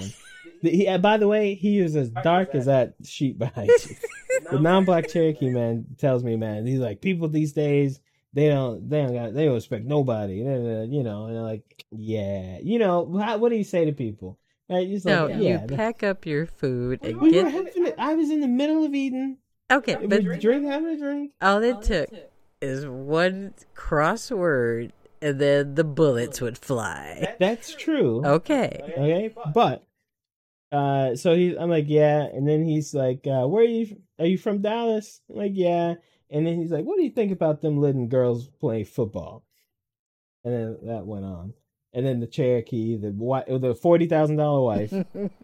Speaker 1: The- he, and by the way, he is as dark as that sheet behind <laughs> you. The non-black Cherokee man tells me, man, he's like, people these days they don't they don't got they don't respect nobody, da, da, da, you know. And they're like, yeah, you know, how, what do you say to people? Right? He's
Speaker 2: No,
Speaker 1: like,
Speaker 2: you
Speaker 1: yeah.
Speaker 2: pack up your food and
Speaker 1: we were
Speaker 2: get.
Speaker 1: having it. I was in the middle of eating,
Speaker 2: Okay,
Speaker 1: we
Speaker 2: but
Speaker 1: were drink having a drink.
Speaker 2: all it took is one crossword, and then the bullets would fly.
Speaker 1: That's
Speaker 2: Oh,
Speaker 1: true.
Speaker 2: Okay,
Speaker 1: okay but uh so he i'm like yeah and then he's like uh where are you are you from dallas I'm like yeah and then he's like what do you think about them letting girls play football and then that went on and then the cherokee the wi- the forty thousand dollar wife and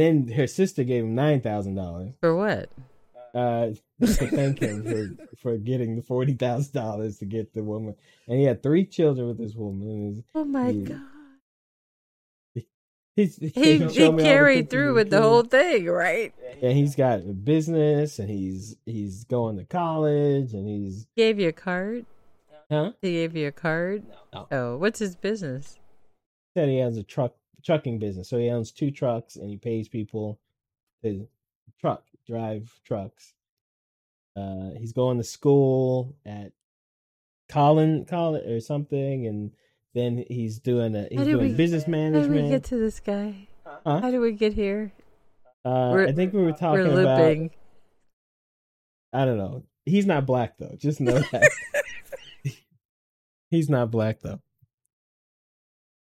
Speaker 1: then her sister gave him nine thousand dollars
Speaker 2: for what?
Speaker 1: uh to thank him for for getting the forty thousand dollars to get the woman and he had three children with this woman and his-
Speaker 2: Oh my
Speaker 1: Yeah.
Speaker 2: god!
Speaker 1: his,
Speaker 2: He
Speaker 1: showed me
Speaker 2: he
Speaker 1: all the
Speaker 2: carried
Speaker 1: pictures
Speaker 2: through
Speaker 1: of
Speaker 2: with the
Speaker 1: children.
Speaker 2: whole thing, right?
Speaker 1: and he's got a business and he's he's going to college and he's
Speaker 2: Gave you a card.
Speaker 1: huh
Speaker 2: He gave you a card.
Speaker 1: No.
Speaker 2: Oh, what's his business?
Speaker 1: said he has a truck trucking business so he owns two trucks and he pays people to truck drive trucks uh he's going to school at Colin Colin or something and then he's doing a he's
Speaker 2: did
Speaker 1: doing
Speaker 2: we-
Speaker 1: business
Speaker 2: How did we
Speaker 1: management
Speaker 2: get to this guy?
Speaker 1: Huh?
Speaker 2: How did we get here?
Speaker 1: uh,
Speaker 2: we're-
Speaker 1: I think we were
Speaker 2: We're
Speaker 1: talking about <laughs>
Speaker 2: looping.
Speaker 1: I don't know. He's not black though. Just know that. He's not black though.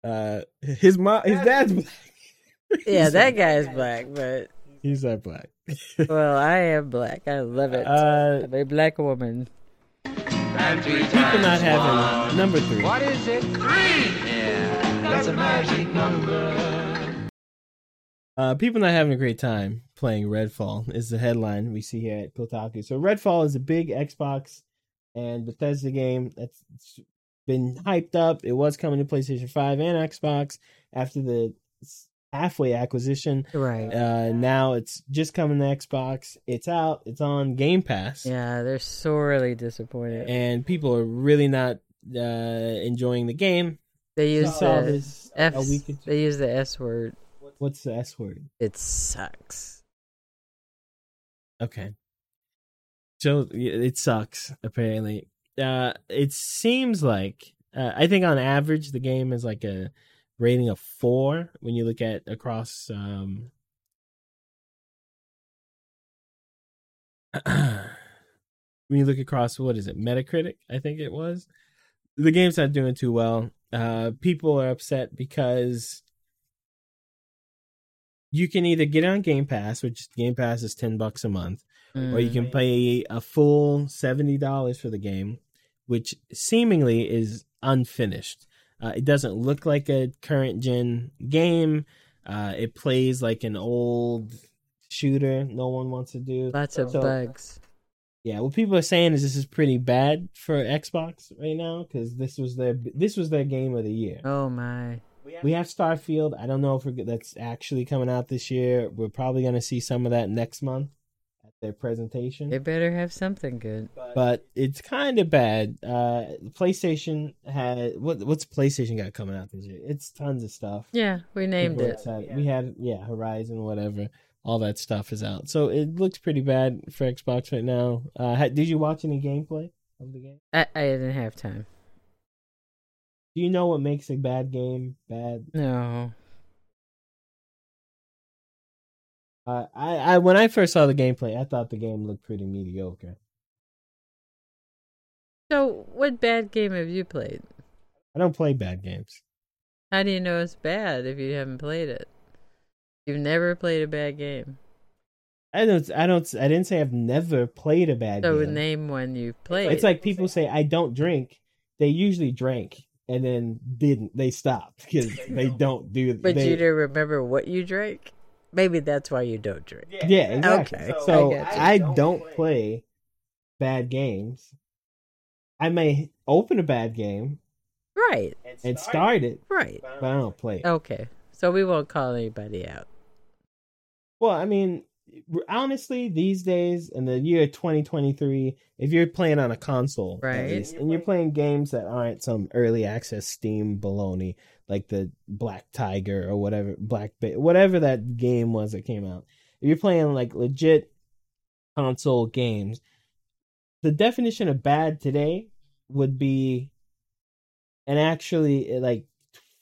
Speaker 1: Uh, his mom, his dad's black.
Speaker 2: Yeah, that guy's black, but
Speaker 1: He's not black.
Speaker 2: well, I am black. I love it.
Speaker 1: Uh,
Speaker 2: I'm a black woman.
Speaker 1: people not having number three.
Speaker 4: is it? Three. Yeah, that's a magic number.
Speaker 1: Uh, people not having a great time playing Redfall is the headline we see here at Kotaku. So Redfall is a big Xbox and Bethesda game that's it's been hyped up. It was coming to PlayStation Five and Xbox after the halfway acquisition.
Speaker 2: Right.
Speaker 1: Uh, now it's just coming to Xbox. It's out. It's on Game Pass,
Speaker 2: Yeah, they're sorely disappointed.
Speaker 1: and people are really not uh, enjoying the game.
Speaker 2: They
Speaker 1: We
Speaker 2: use
Speaker 1: saw
Speaker 2: the
Speaker 1: this
Speaker 2: F.
Speaker 1: a week. ago.
Speaker 2: They use the S word.
Speaker 1: What's the S word?
Speaker 2: It sucks.
Speaker 1: Okay. So yeah, it sucks. Apparently, uh, it seems like uh, I think on average the game is like a rating of four when you look at across. Um, <clears throat> when you look across, what is it? Metacritic, I think it was. The game's not doing too well. Uh, people are upset because you can either get on Game Pass, which Game Pass is ten bucks a month or you
Speaker 2: Mm.
Speaker 1: can pay a full $70 for the game, which seemingly is unfinished. Uh, it doesn't look like a current gen game. Uh, it plays like an old shooter no one wants to do.
Speaker 2: Lots of
Speaker 1: So-
Speaker 2: bugs.
Speaker 1: Yeah, what people are saying is this is pretty bad for Xbox right now cuz this was their this was their game of the year.
Speaker 2: Oh my.
Speaker 1: We have Starfield. I don't know if we're, g- that's actually coming out this year. We're probably going to see some of that next month at their presentation
Speaker 2: They better have something good.
Speaker 1: but it's kind of bad. Uh, PlayStation had what? What's PlayStation got coming out this year? It's tons of stuff.
Speaker 2: Yeah, we named
Speaker 1: People are
Speaker 2: it.
Speaker 1: excited. We had yeah, Horizon, whatever. All that stuff is out, so it looks pretty bad for Xbox right now. Uh, ha- did you watch any gameplay of the game?
Speaker 2: I, I didn't have time.
Speaker 1: Do you know what makes a bad game bad?
Speaker 2: No.
Speaker 1: Uh, I, I when I first saw the gameplay, I thought the game looked pretty mediocre.
Speaker 2: So, what bad game have you played?
Speaker 1: I don't play bad games.
Speaker 2: How do you know it's bad if you haven't played it? You've never played a bad game.
Speaker 1: I don't. I don't. I didn't say I've never played a bad
Speaker 2: So,
Speaker 1: game.
Speaker 2: name one you've played.
Speaker 1: It's like people say, "I don't drink." They usually drank and then didn't. They stopped because they don't do.
Speaker 2: But
Speaker 1: they,
Speaker 2: you didn't remember what you drank? Maybe that's why you don't drink.
Speaker 1: Yeah, exactly.
Speaker 2: Okay,
Speaker 1: So
Speaker 2: I
Speaker 1: I,
Speaker 2: get you.
Speaker 1: don't play bad games. I may open a bad game
Speaker 2: Right,
Speaker 1: and start it,
Speaker 2: right.
Speaker 1: but I don't play it.
Speaker 2: Okay. So we won't call anybody out.
Speaker 1: Well, I mean, honestly these days in the year 2023 if you're playing on a console at
Speaker 2: Right.
Speaker 1: least, and you're playing games that aren't some early access steam baloney like the black tiger or whatever black Ba- whatever that game was that came out if you're playing like legit console games the definition of bad today would be and actually eh, like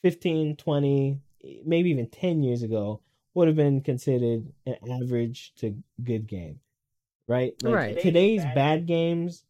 Speaker 1: 15 20 maybe even 10 years ago would have been considered an average to good game right Like,
Speaker 2: Right.
Speaker 1: today's bad games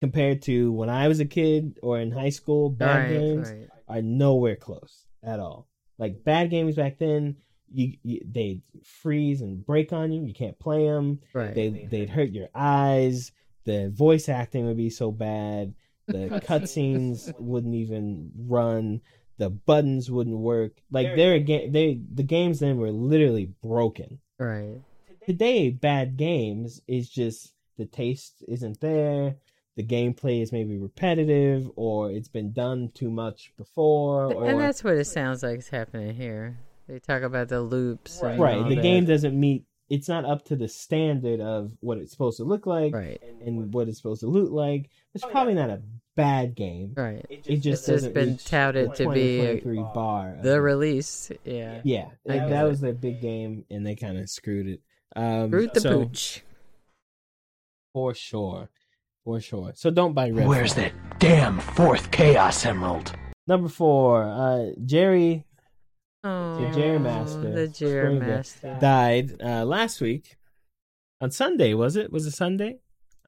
Speaker 1: compared to when i was a kid or in high school bad
Speaker 2: right,
Speaker 1: games
Speaker 2: right.
Speaker 1: are nowhere close at all like bad games back then you, you they freeze and break on you you can't play them
Speaker 2: Right.
Speaker 1: they they'd hurt your eyes. The voice acting would be so bad. The cutscenes wouldn't even run. The buttons wouldn't work. Like they're ga- they the games then were literally broken.
Speaker 2: right.
Speaker 1: Today, bad games is just the taste isn't there. The gameplay is maybe repetitive, or it's been done too much before. Oh, Or,
Speaker 2: and that's what it sounds like is happening here. They talk about the loops. and
Speaker 1: right,
Speaker 2: all
Speaker 1: the
Speaker 2: that.
Speaker 1: game doesn't meet. It's not up to the standard of what it's supposed to look like.
Speaker 2: Right.
Speaker 1: and what it's supposed to look like. It's probably not a bad game.
Speaker 2: Right.
Speaker 1: It just
Speaker 2: It's
Speaker 1: doesn't
Speaker 2: just been
Speaker 1: reach
Speaker 2: touted
Speaker 1: the
Speaker 2: to be
Speaker 1: 2023 bar. of
Speaker 2: the
Speaker 1: it.
Speaker 2: release. Yeah.
Speaker 1: Uh-huh. yeah,
Speaker 2: I
Speaker 1: like,
Speaker 2: get
Speaker 1: that
Speaker 2: it.
Speaker 1: was their big game, and they kind of screwed it. Um,
Speaker 2: Root the
Speaker 1: so,
Speaker 2: pooch.
Speaker 1: for sure, for sure. So don't buy red.
Speaker 4: Where's that damn fourth Chaos Emerald?
Speaker 1: number four? Uh, Jerry
Speaker 2: Oh,
Speaker 1: Jerry Master.
Speaker 2: The
Speaker 1: Spring
Speaker 2: Jerry
Speaker 1: Bear.
Speaker 2: Master.
Speaker 1: died uh, last week on Sunday. Was it? Was it Sunday?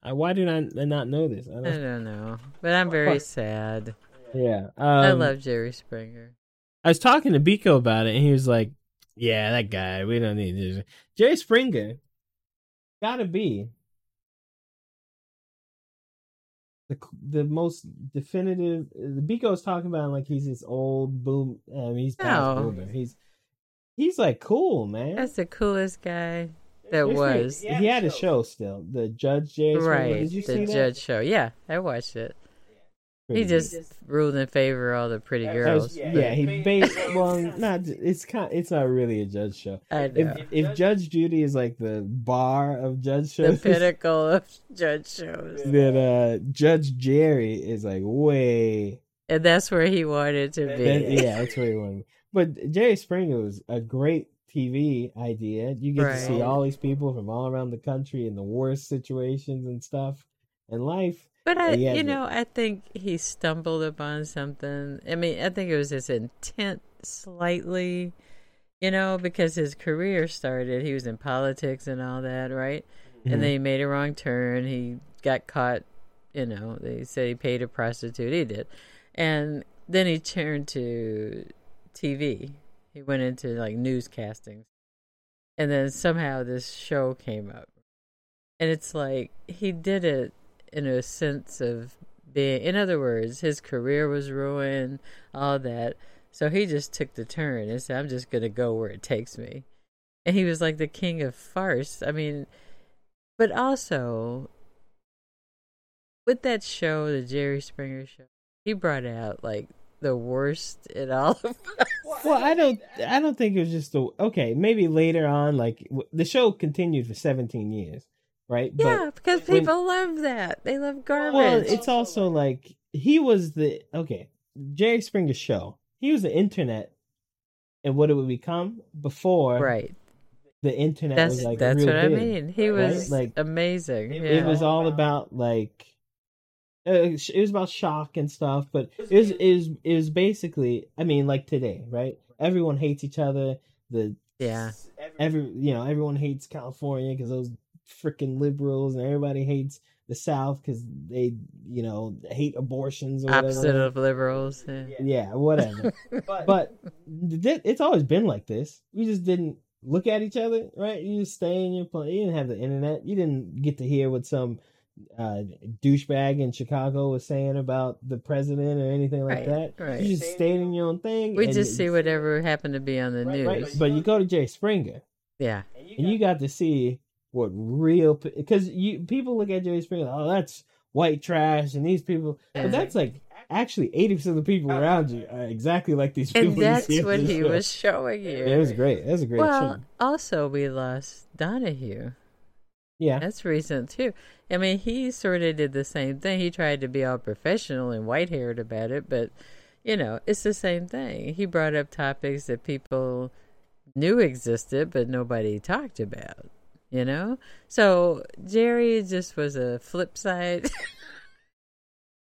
Speaker 1: Uh, why did I n- not know this? I
Speaker 2: I
Speaker 1: don't,
Speaker 2: don't know, but I'm very sad.
Speaker 1: yeah, um,
Speaker 2: I love Jerry Springer.
Speaker 1: I was talking to Biko about it, and he was like, "Yeah, that guy. We don't need this. Jerry Springer. Got to be the the most definitive. The Biko's talking about him like he's this old boom. Um, he's past
Speaker 2: No.
Speaker 1: boomer. He's he's like cool man.
Speaker 2: Oh. That's the coolest guy that
Speaker 1: Jerry Springer-
Speaker 2: was.
Speaker 1: He had a show still. The Judge Jerry Springer.
Speaker 2: Right,
Speaker 1: Did you see
Speaker 2: the
Speaker 1: that?
Speaker 2: judge show. Yeah, I watched it.
Speaker 1: Pretty
Speaker 2: he just ruled in favor of all the pretty
Speaker 1: good. That
Speaker 2: girls.
Speaker 1: was- yeah, he based well, not it's kind. It's not really a judge show.
Speaker 2: I know.
Speaker 1: if if Judge Judy is like the bar of judge
Speaker 2: the
Speaker 1: shows,
Speaker 2: pinnacle of judge shows.
Speaker 1: <laughs> then uh, Judge Jerry is like way.
Speaker 2: And that's where he wanted to be.
Speaker 1: that- yeah, that's where he went. But Jerry Springer was a great TV idea. You get to see
Speaker 2: Right.
Speaker 1: all these people from all around the country in the worst situations and stuff and life.
Speaker 2: But I,
Speaker 1: Yeah,
Speaker 2: you
Speaker 1: but-
Speaker 2: know, I think he stumbled upon something. I mean, I think it was his intent slightly, you know, because his career started. He was in politics and all that, right?
Speaker 1: Mhm.
Speaker 2: And then he made a wrong turn. He got caught, you know, they said he paid a prostitute. He did. And then he turned to TV. He went into like newscasting. And then somehow this show came up. And it's like he did it in a sense of being, in other words, his career was ruined, all that. So he just took the turn and said, I'm just going to go where it takes me. And he was like the king of farce. I mean, but also with that show, the Jerry Springer show, he brought out like the worst in all of us.
Speaker 1: Well, I don't. I don't think it was just the okay. Maybe later on, like w- the show continued for seventeen years, right?
Speaker 2: <laughs> Yeah, because
Speaker 1: when-
Speaker 2: people love that. They love garbage.
Speaker 1: Well, it's also like he was the okay Jerry Springer show. He was the internet, and what it would become before
Speaker 2: right.
Speaker 1: the internet
Speaker 2: That's
Speaker 1: was like
Speaker 2: that's
Speaker 1: real
Speaker 2: what I
Speaker 1: big.
Speaker 2: mean. He
Speaker 1: right?
Speaker 2: was
Speaker 1: Like,
Speaker 2: amazing.
Speaker 1: It,
Speaker 2: yeah.
Speaker 1: was all about like uh, sh- it was about shock and stuff, but it was is is basically I mean like today, right? Everyone hates each other. The
Speaker 2: yeah.
Speaker 1: every you know everyone hates California because those freaking liberals, and everybody hates the South because they you know hate abortions. Or whatever.
Speaker 2: opposite of liberals. Yeah.
Speaker 1: yeah whatever
Speaker 2: <laughs>
Speaker 1: but, th- it's always been like this we just didn't look at each other right you just stay in your place you didn't have the internet you didn't get to hear what some uh, douchebag in chicago was saying about the president or anything like
Speaker 2: Right,
Speaker 1: that
Speaker 2: right.
Speaker 1: you just stayed in your own thing
Speaker 2: We
Speaker 1: and-
Speaker 2: just see whatever happened to be on the news.
Speaker 1: right but you go to jay springer
Speaker 2: yeah,
Speaker 1: and you got to see what real because you people look at Jerry Springer, oh, that's white trash, and these people,
Speaker 2: Yeah.
Speaker 1: but that's like actually 80% of the people around you are exactly like these people.
Speaker 2: Oh. And
Speaker 1: you
Speaker 2: that's
Speaker 1: see at
Speaker 2: what
Speaker 1: this
Speaker 2: he
Speaker 1: show.
Speaker 2: was showing you.
Speaker 1: Yeah, it was great. It was a great
Speaker 2: well,
Speaker 1: show.
Speaker 2: also we lost Donahue.
Speaker 1: Yeah.
Speaker 2: That's recent too. I mean, he sort of did the same thing. He tried to be all professional and white haired about it, but you know, it's the same thing. He brought up topics that people knew existed, but nobody talked about. You know, so Jerry just was a flip side <laughs>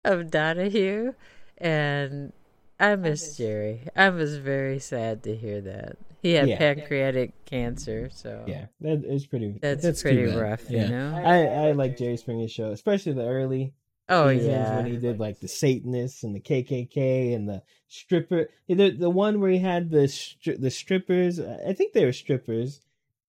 Speaker 2: of Donahue, and I miss Jerry. I was very sad to hear that he had
Speaker 1: Yeah.
Speaker 2: pancreatic cancer. So
Speaker 1: Yeah. That is pretty
Speaker 2: that's,
Speaker 1: that's too
Speaker 2: pretty
Speaker 1: bad.
Speaker 2: rough,
Speaker 1: Yeah.
Speaker 2: you know.
Speaker 1: I, I like Jerry Springer's show, especially the early
Speaker 2: Oh
Speaker 1: seasons
Speaker 2: yeah,
Speaker 1: when he did like the Satanists and the KKK and the stripper. The, the one where he had the stri- the strippers, uh, I think they were strippers,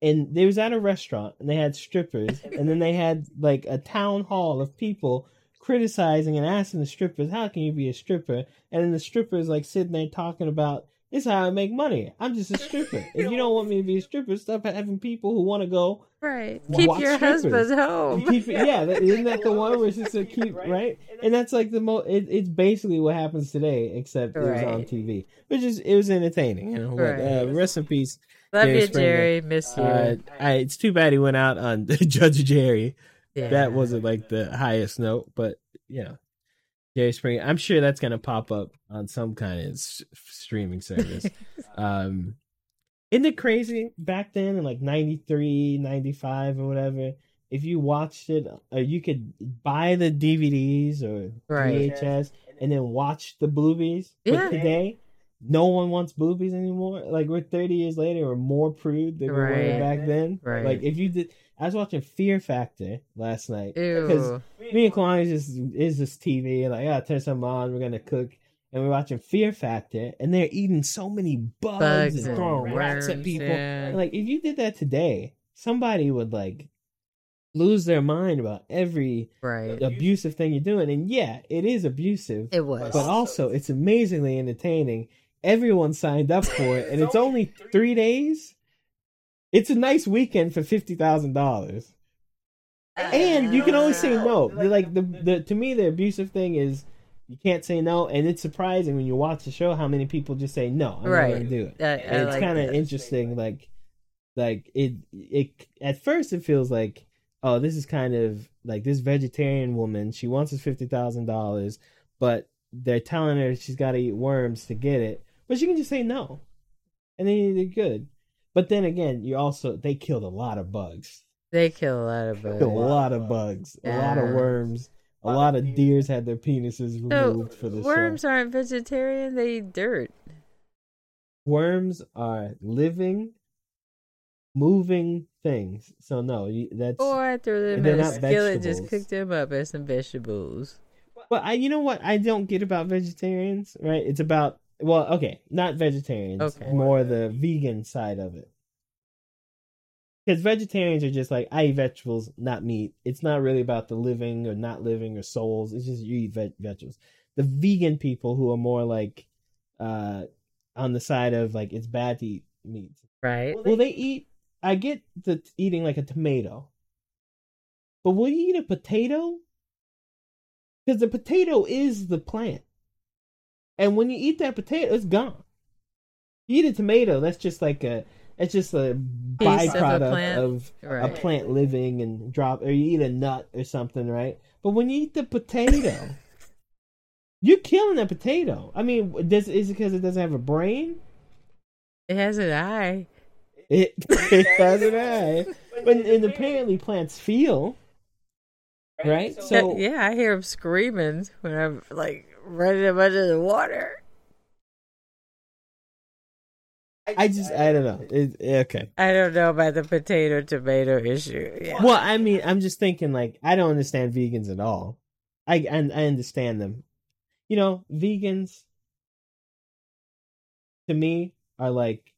Speaker 1: and they was at a restaurant and they had strippers, and then they had like a town hall of people criticizing and asking the strippers, "How can you be a stripper?" And then the strippers like sitting there talking about. This is how I make money. I'm just a stripper. If you don't want me to be a stripper, stop having people who want to go
Speaker 2: right.
Speaker 1: Wa-
Speaker 2: Keep
Speaker 1: watch
Speaker 2: your
Speaker 1: strippers. and
Speaker 2: husband home.
Speaker 1: keep- yeah, that, isn't <laughs> that the one where it's just a keep right? And that's like the most. It, it's basically what happens today, except it was on
Speaker 2: Right.
Speaker 1: TV, which is it was entertaining. You know, but, uh,
Speaker 2: Right.
Speaker 1: rest in peace.
Speaker 2: Love
Speaker 1: Jerry
Speaker 2: you,
Speaker 1: Springer.
Speaker 2: Jerry. Miss you.
Speaker 1: Uh, I, it's too bad he went out on <laughs> Judge Jerry.
Speaker 2: Yeah.
Speaker 1: That wasn't like the highest note, but you know, Jerry Springer. I'm sure that's gonna pop up on some kind of s- streaming
Speaker 2: <laughs>
Speaker 1: service. um, isn't it crazy back then in like 93, 95 or whatever? If you watched it, or you could buy the DVDs or
Speaker 2: Right.
Speaker 1: VHS and then watch the boobies.
Speaker 2: Yeah.
Speaker 1: But today, no one wants boobies anymore. Like we're 30 years later, we're more prude than we were
Speaker 2: Right.
Speaker 1: back then.
Speaker 2: Right.
Speaker 1: Like if you did, I was watching Fear Factor last night because
Speaker 2: Ew.
Speaker 1: me and Kalani is just is just TV like ah turn some on we're gonna cook and we're watching Fear Factor and they're eating so many bugs,
Speaker 2: Bugs
Speaker 1: and
Speaker 2: and
Speaker 1: throwing rats at
Speaker 2: worms,
Speaker 1: people.
Speaker 2: yeah.
Speaker 1: And, Like if you did that today, somebody would like lose their mind about every
Speaker 2: Right.
Speaker 1: abusive thing you're doing. And yeah, it is abusive,
Speaker 2: It was.
Speaker 1: but also it's amazingly entertaining. Everyone signed up for it, and it's only three days. It's a nice weekend for fifty thousand dollars and you can only say no. They're Like the, the to me, the abusive thing is you can't say no, and it's surprising when you watch the show how many people just say no. I'm
Speaker 2: Right.
Speaker 1: not gonna do it.
Speaker 2: I- I
Speaker 1: And it's
Speaker 2: like
Speaker 1: kind of
Speaker 2: that.
Speaker 1: interesting. Like, like it it at first it feels like oh this is kind of like this vegetarian woman she wants us fifty thousand dollars, but they're telling her she's got to eat worms to get it, but she can just say no, and then you're good. But then again, you also they killed a lot of bugs
Speaker 2: they kill a lot of
Speaker 1: a
Speaker 2: bugs.
Speaker 1: lot of bugs, a lot of
Speaker 2: Yeah.
Speaker 1: worms, a lot of deers had their penises
Speaker 2: So
Speaker 1: removed for the
Speaker 2: worms
Speaker 1: show.
Speaker 2: aren't vegetarian. They eat dirt.
Speaker 1: Worms are living, moving things. So no, you- that's.
Speaker 2: Or Oh, I threw them
Speaker 1: They're
Speaker 2: in a
Speaker 1: not
Speaker 2: skillet, just
Speaker 1: vegetables.
Speaker 2: cooked them up as some vegetables.
Speaker 1: But I, you know what? I don't get about vegetarians, right? It's about well, okay, not vegetarians,
Speaker 2: Okay.
Speaker 1: more the vegan side of it. Because vegetarians are just like I eat vegetables, not meat. It's not really about the living or not living or souls. It's just you eat veg- vegetables. The vegan people who are more like uh on the side of like it's bad to eat meat.
Speaker 2: Right.
Speaker 1: Well, they eat. I get the t- eating like a tomato, but will you eat a potato? Because the potato is the plant, and when you eat that potato, it's gone. You eat a tomato, that's just like a. It's just a
Speaker 2: Piece of a
Speaker 1: byproduct
Speaker 2: plant.
Speaker 1: of a plant,
Speaker 2: Right.
Speaker 1: living and drop, or you eat a nut or something, right? But when you eat the
Speaker 2: <laughs>
Speaker 1: potato, you're killing that potato. I mean, does is it because it doesn't have a brain?
Speaker 2: It has an eye.
Speaker 1: <laughs> It, it has an <laughs> eye. But and apparently plants feel. Right? So
Speaker 2: yeah, I hear them screaming when I'm like running them under the water.
Speaker 1: I just I don't know. It, okay.
Speaker 2: I don't know about the potato tomato issue. Yeah.
Speaker 1: Well, I mean, I'm just thinking like I don't understand vegans at all. I I, I understand them. You know, vegans to me are like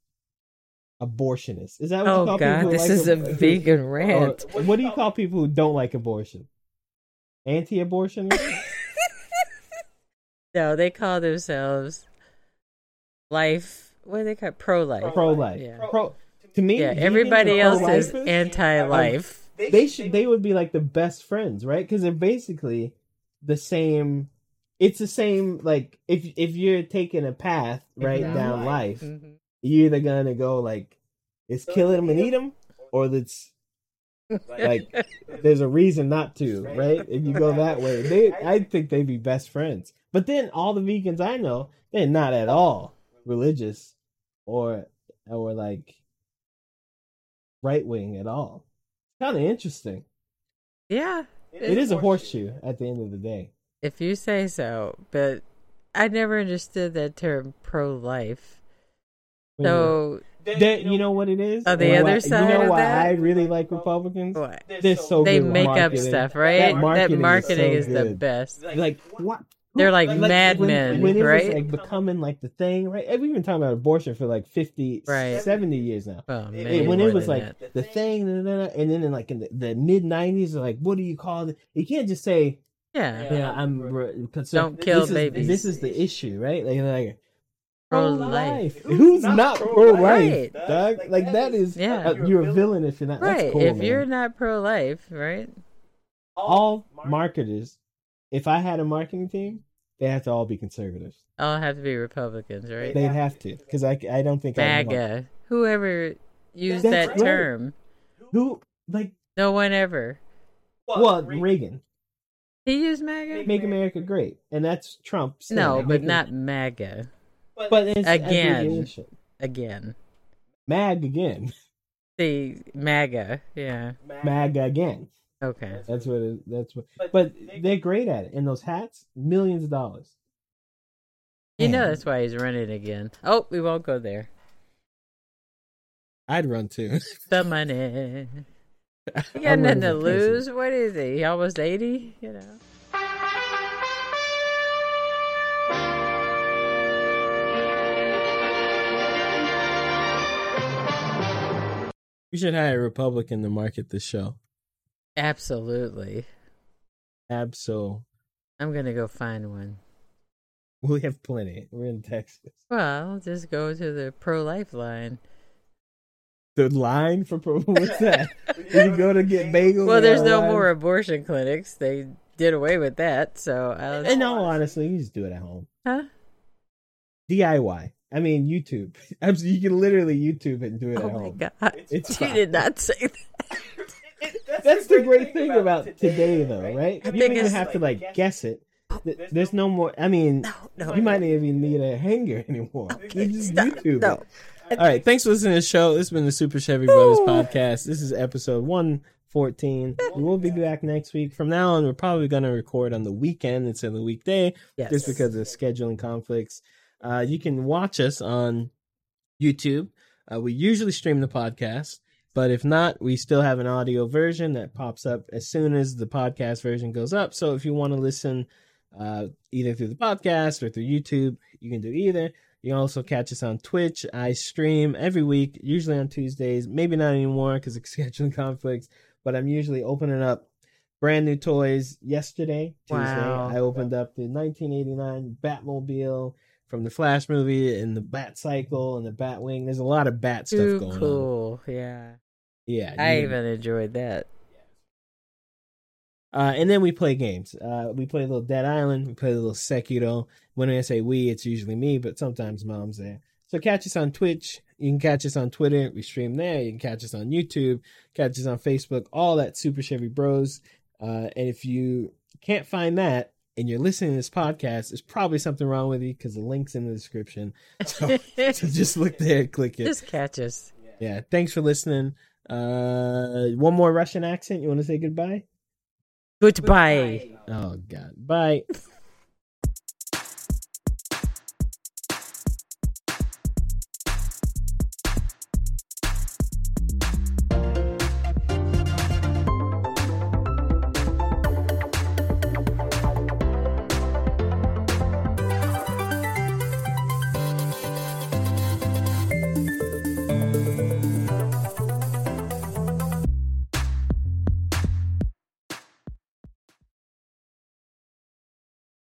Speaker 1: abortionists. Is that what you
Speaker 2: Oh
Speaker 1: call people?
Speaker 2: God,
Speaker 1: who
Speaker 2: this
Speaker 1: like
Speaker 2: is a
Speaker 1: ab-
Speaker 2: vegan
Speaker 1: or-
Speaker 2: rant.
Speaker 1: what do you call people who don't like abortion? Anti-abortionists?
Speaker 2: No, they call themselves life. What do they call pro life?
Speaker 1: pro life.
Speaker 2: Yeah.
Speaker 1: Pro to me,
Speaker 2: Yeah,
Speaker 1: vegans
Speaker 2: everybody
Speaker 1: and
Speaker 2: else is
Speaker 1: pro-lifers Oh.
Speaker 2: anti life.
Speaker 1: they should they would be like the best friends, right? Because they're basically the same it's the same like if if you're taking a path right
Speaker 2: Down
Speaker 1: down life,
Speaker 2: Mhm.
Speaker 1: you're either gonna go like it's kill him and eat him, or it's <laughs> like there's a reason not to, right? If you go that way, they <laughs> I think they'd be best friends. But then all the vegans I know, they're not at all religious or or like right wing at all. Kind of interesting.
Speaker 2: Yeah,
Speaker 1: It is a horseshoe at the end of the day.
Speaker 2: if you say so. But I never understood that term pro life.
Speaker 1: When
Speaker 2: So
Speaker 1: you- that, you know what it is?
Speaker 2: On the
Speaker 1: You know
Speaker 2: other
Speaker 1: why-
Speaker 2: side
Speaker 1: you know
Speaker 2: of
Speaker 1: why
Speaker 2: that?
Speaker 1: I really like Republicans.
Speaker 2: what?
Speaker 1: They're so
Speaker 2: They
Speaker 1: good with
Speaker 2: make up
Speaker 1: marketing.
Speaker 2: stuff, right? That marketing,
Speaker 1: marketing is so
Speaker 2: is, the
Speaker 1: good.
Speaker 2: best.
Speaker 1: like what?
Speaker 2: They're like
Speaker 1: when-
Speaker 2: madmen,
Speaker 1: when it was,
Speaker 2: right?
Speaker 1: like becoming like the thing, right? And We've been talking about abortion for like 50,
Speaker 2: Right.
Speaker 1: 70 years now.
Speaker 2: Oh, man,
Speaker 1: And when
Speaker 2: more
Speaker 1: it was
Speaker 2: than
Speaker 1: like
Speaker 2: that.
Speaker 1: the thing, da, da, da, and then in like in the, the mid nineties, like what do you call it? You can't just say,
Speaker 2: yeah,
Speaker 1: yeah, I'm re- concerned.
Speaker 2: Don't kill
Speaker 1: this is,
Speaker 2: babies.
Speaker 1: This is the issue, right? Like, like pro-life.
Speaker 2: Pro-life.
Speaker 1: Who's not pro life,
Speaker 2: pro-life,
Speaker 1: dog? Like, that is,
Speaker 2: Yeah.
Speaker 1: uh, you're a villain if you're not.
Speaker 2: right.
Speaker 1: That's cool,
Speaker 2: if
Speaker 1: man.
Speaker 2: you're not pro life, right?
Speaker 1: all marketers, if I had a marketing team, they have to all be conservatives.
Speaker 2: All have to be Republicans, right?
Speaker 1: They'd have to because I, I don't think I would want-
Speaker 2: MAGA. Whoever used
Speaker 1: That's
Speaker 2: that
Speaker 1: right.
Speaker 2: term,
Speaker 1: who like
Speaker 2: no one ever.
Speaker 1: well Reagan
Speaker 2: He used MAGA.
Speaker 1: make America great and that's Trump saying
Speaker 2: No,
Speaker 1: it,
Speaker 2: but
Speaker 1: make it-
Speaker 2: not MAGA
Speaker 1: but it's
Speaker 2: Again.
Speaker 1: abbreviation.
Speaker 2: again.
Speaker 1: mag again
Speaker 2: The MAGA, yeah.
Speaker 1: mag again
Speaker 2: Okay.
Speaker 1: that's what it, that's what but they're great at it and those hats millions of dollars
Speaker 2: You know
Speaker 1: Man.
Speaker 2: that's why he's running again. Oh, we won't go there.
Speaker 1: I'd run too <laughs>
Speaker 2: The money. He
Speaker 1: I'd
Speaker 2: got
Speaker 1: run
Speaker 2: nothing to
Speaker 1: for president.
Speaker 2: lose. What is he? He almost eighty. You know.
Speaker 1: we should hire a Republican to market the show
Speaker 2: Absolutely.
Speaker 1: Absol
Speaker 2: I'm gonna go find one.
Speaker 1: we have plenty we're in Texas
Speaker 2: Well, just go to the pro life line.
Speaker 1: the line for pro- what's <laughs> that you go to get bagels
Speaker 2: Well,
Speaker 1: and
Speaker 2: there's
Speaker 1: all
Speaker 2: no
Speaker 1: that?
Speaker 2: more abortion clinics. They did away with that, so I
Speaker 1: in
Speaker 2: don't.
Speaker 1: all honestly you just do it at home
Speaker 2: Huh?
Speaker 1: DIY. I mean, YouTube. <laughs> Abs- You can literally YouTube it and do it
Speaker 2: Oh
Speaker 1: at
Speaker 2: my
Speaker 1: home.
Speaker 2: god!
Speaker 1: It's
Speaker 2: <laughs> you
Speaker 1: fine.
Speaker 2: did not say that.
Speaker 1: That's, the great thing about today, though, right? You don't even
Speaker 2: biggest,
Speaker 1: have to like guess it. Th- There's no more. I mean,
Speaker 2: no,
Speaker 1: you might not even need a hanger <laughs> anymore. You just
Speaker 2: stop.
Speaker 1: YouTube.
Speaker 2: No.
Speaker 1: It. All right. Thanks for listening to the show. This has been the Super Chevy Brothers podcast. This is episode 114. We'll be back next week. From now on, we're probably going to record on the weekend instead of the weekday
Speaker 2: Yes.
Speaker 1: just because of scheduling conflicts. Uh, you can watch us on YouTube. Uh, we usually stream the podcast, but if not, we still have an audio version that pops up as soon as the podcast version goes up. So if you want to listen uh, either through the podcast or through YouTube, you can do either. You can also catch us on Twitch. I stream every week, usually on Tuesdays, maybe not anymore because of <laughs> scheduling conflicts, but I'm usually opening up brand new toys yesterday, Tuesday.
Speaker 2: Wow.
Speaker 1: I opened up the 1989 Batmobile from the Flash movie and the Bat Cycle and the Batwing. There's a lot of bat stuff
Speaker 2: Too
Speaker 1: going on.
Speaker 2: cool. Yeah,
Speaker 1: Yeah.
Speaker 2: I
Speaker 1: you-
Speaker 2: even
Speaker 1: <laughs>
Speaker 2: enjoyed that.
Speaker 1: Uh, and then we play games. Uh, we play a little Dead Island. We play a little Sekiro. When I say we, it's usually me, but sometimes mom's there. So catch us on Twitch. You can catch us on Twitter. We stream there. You can catch us on YouTube. Catch us on Facebook. All that Super Chevy Bros. Uh, and if you can't find that and you're listening to this podcast, there's probably something wrong with you because the link's in the description. <laughs> So, so just look there, click it.
Speaker 2: Just catch us.
Speaker 1: yeah. Thanks for listening. Uh, one more Russian accent. You want to say goodbye?
Speaker 2: Goodbye.
Speaker 1: Oh God. Bye.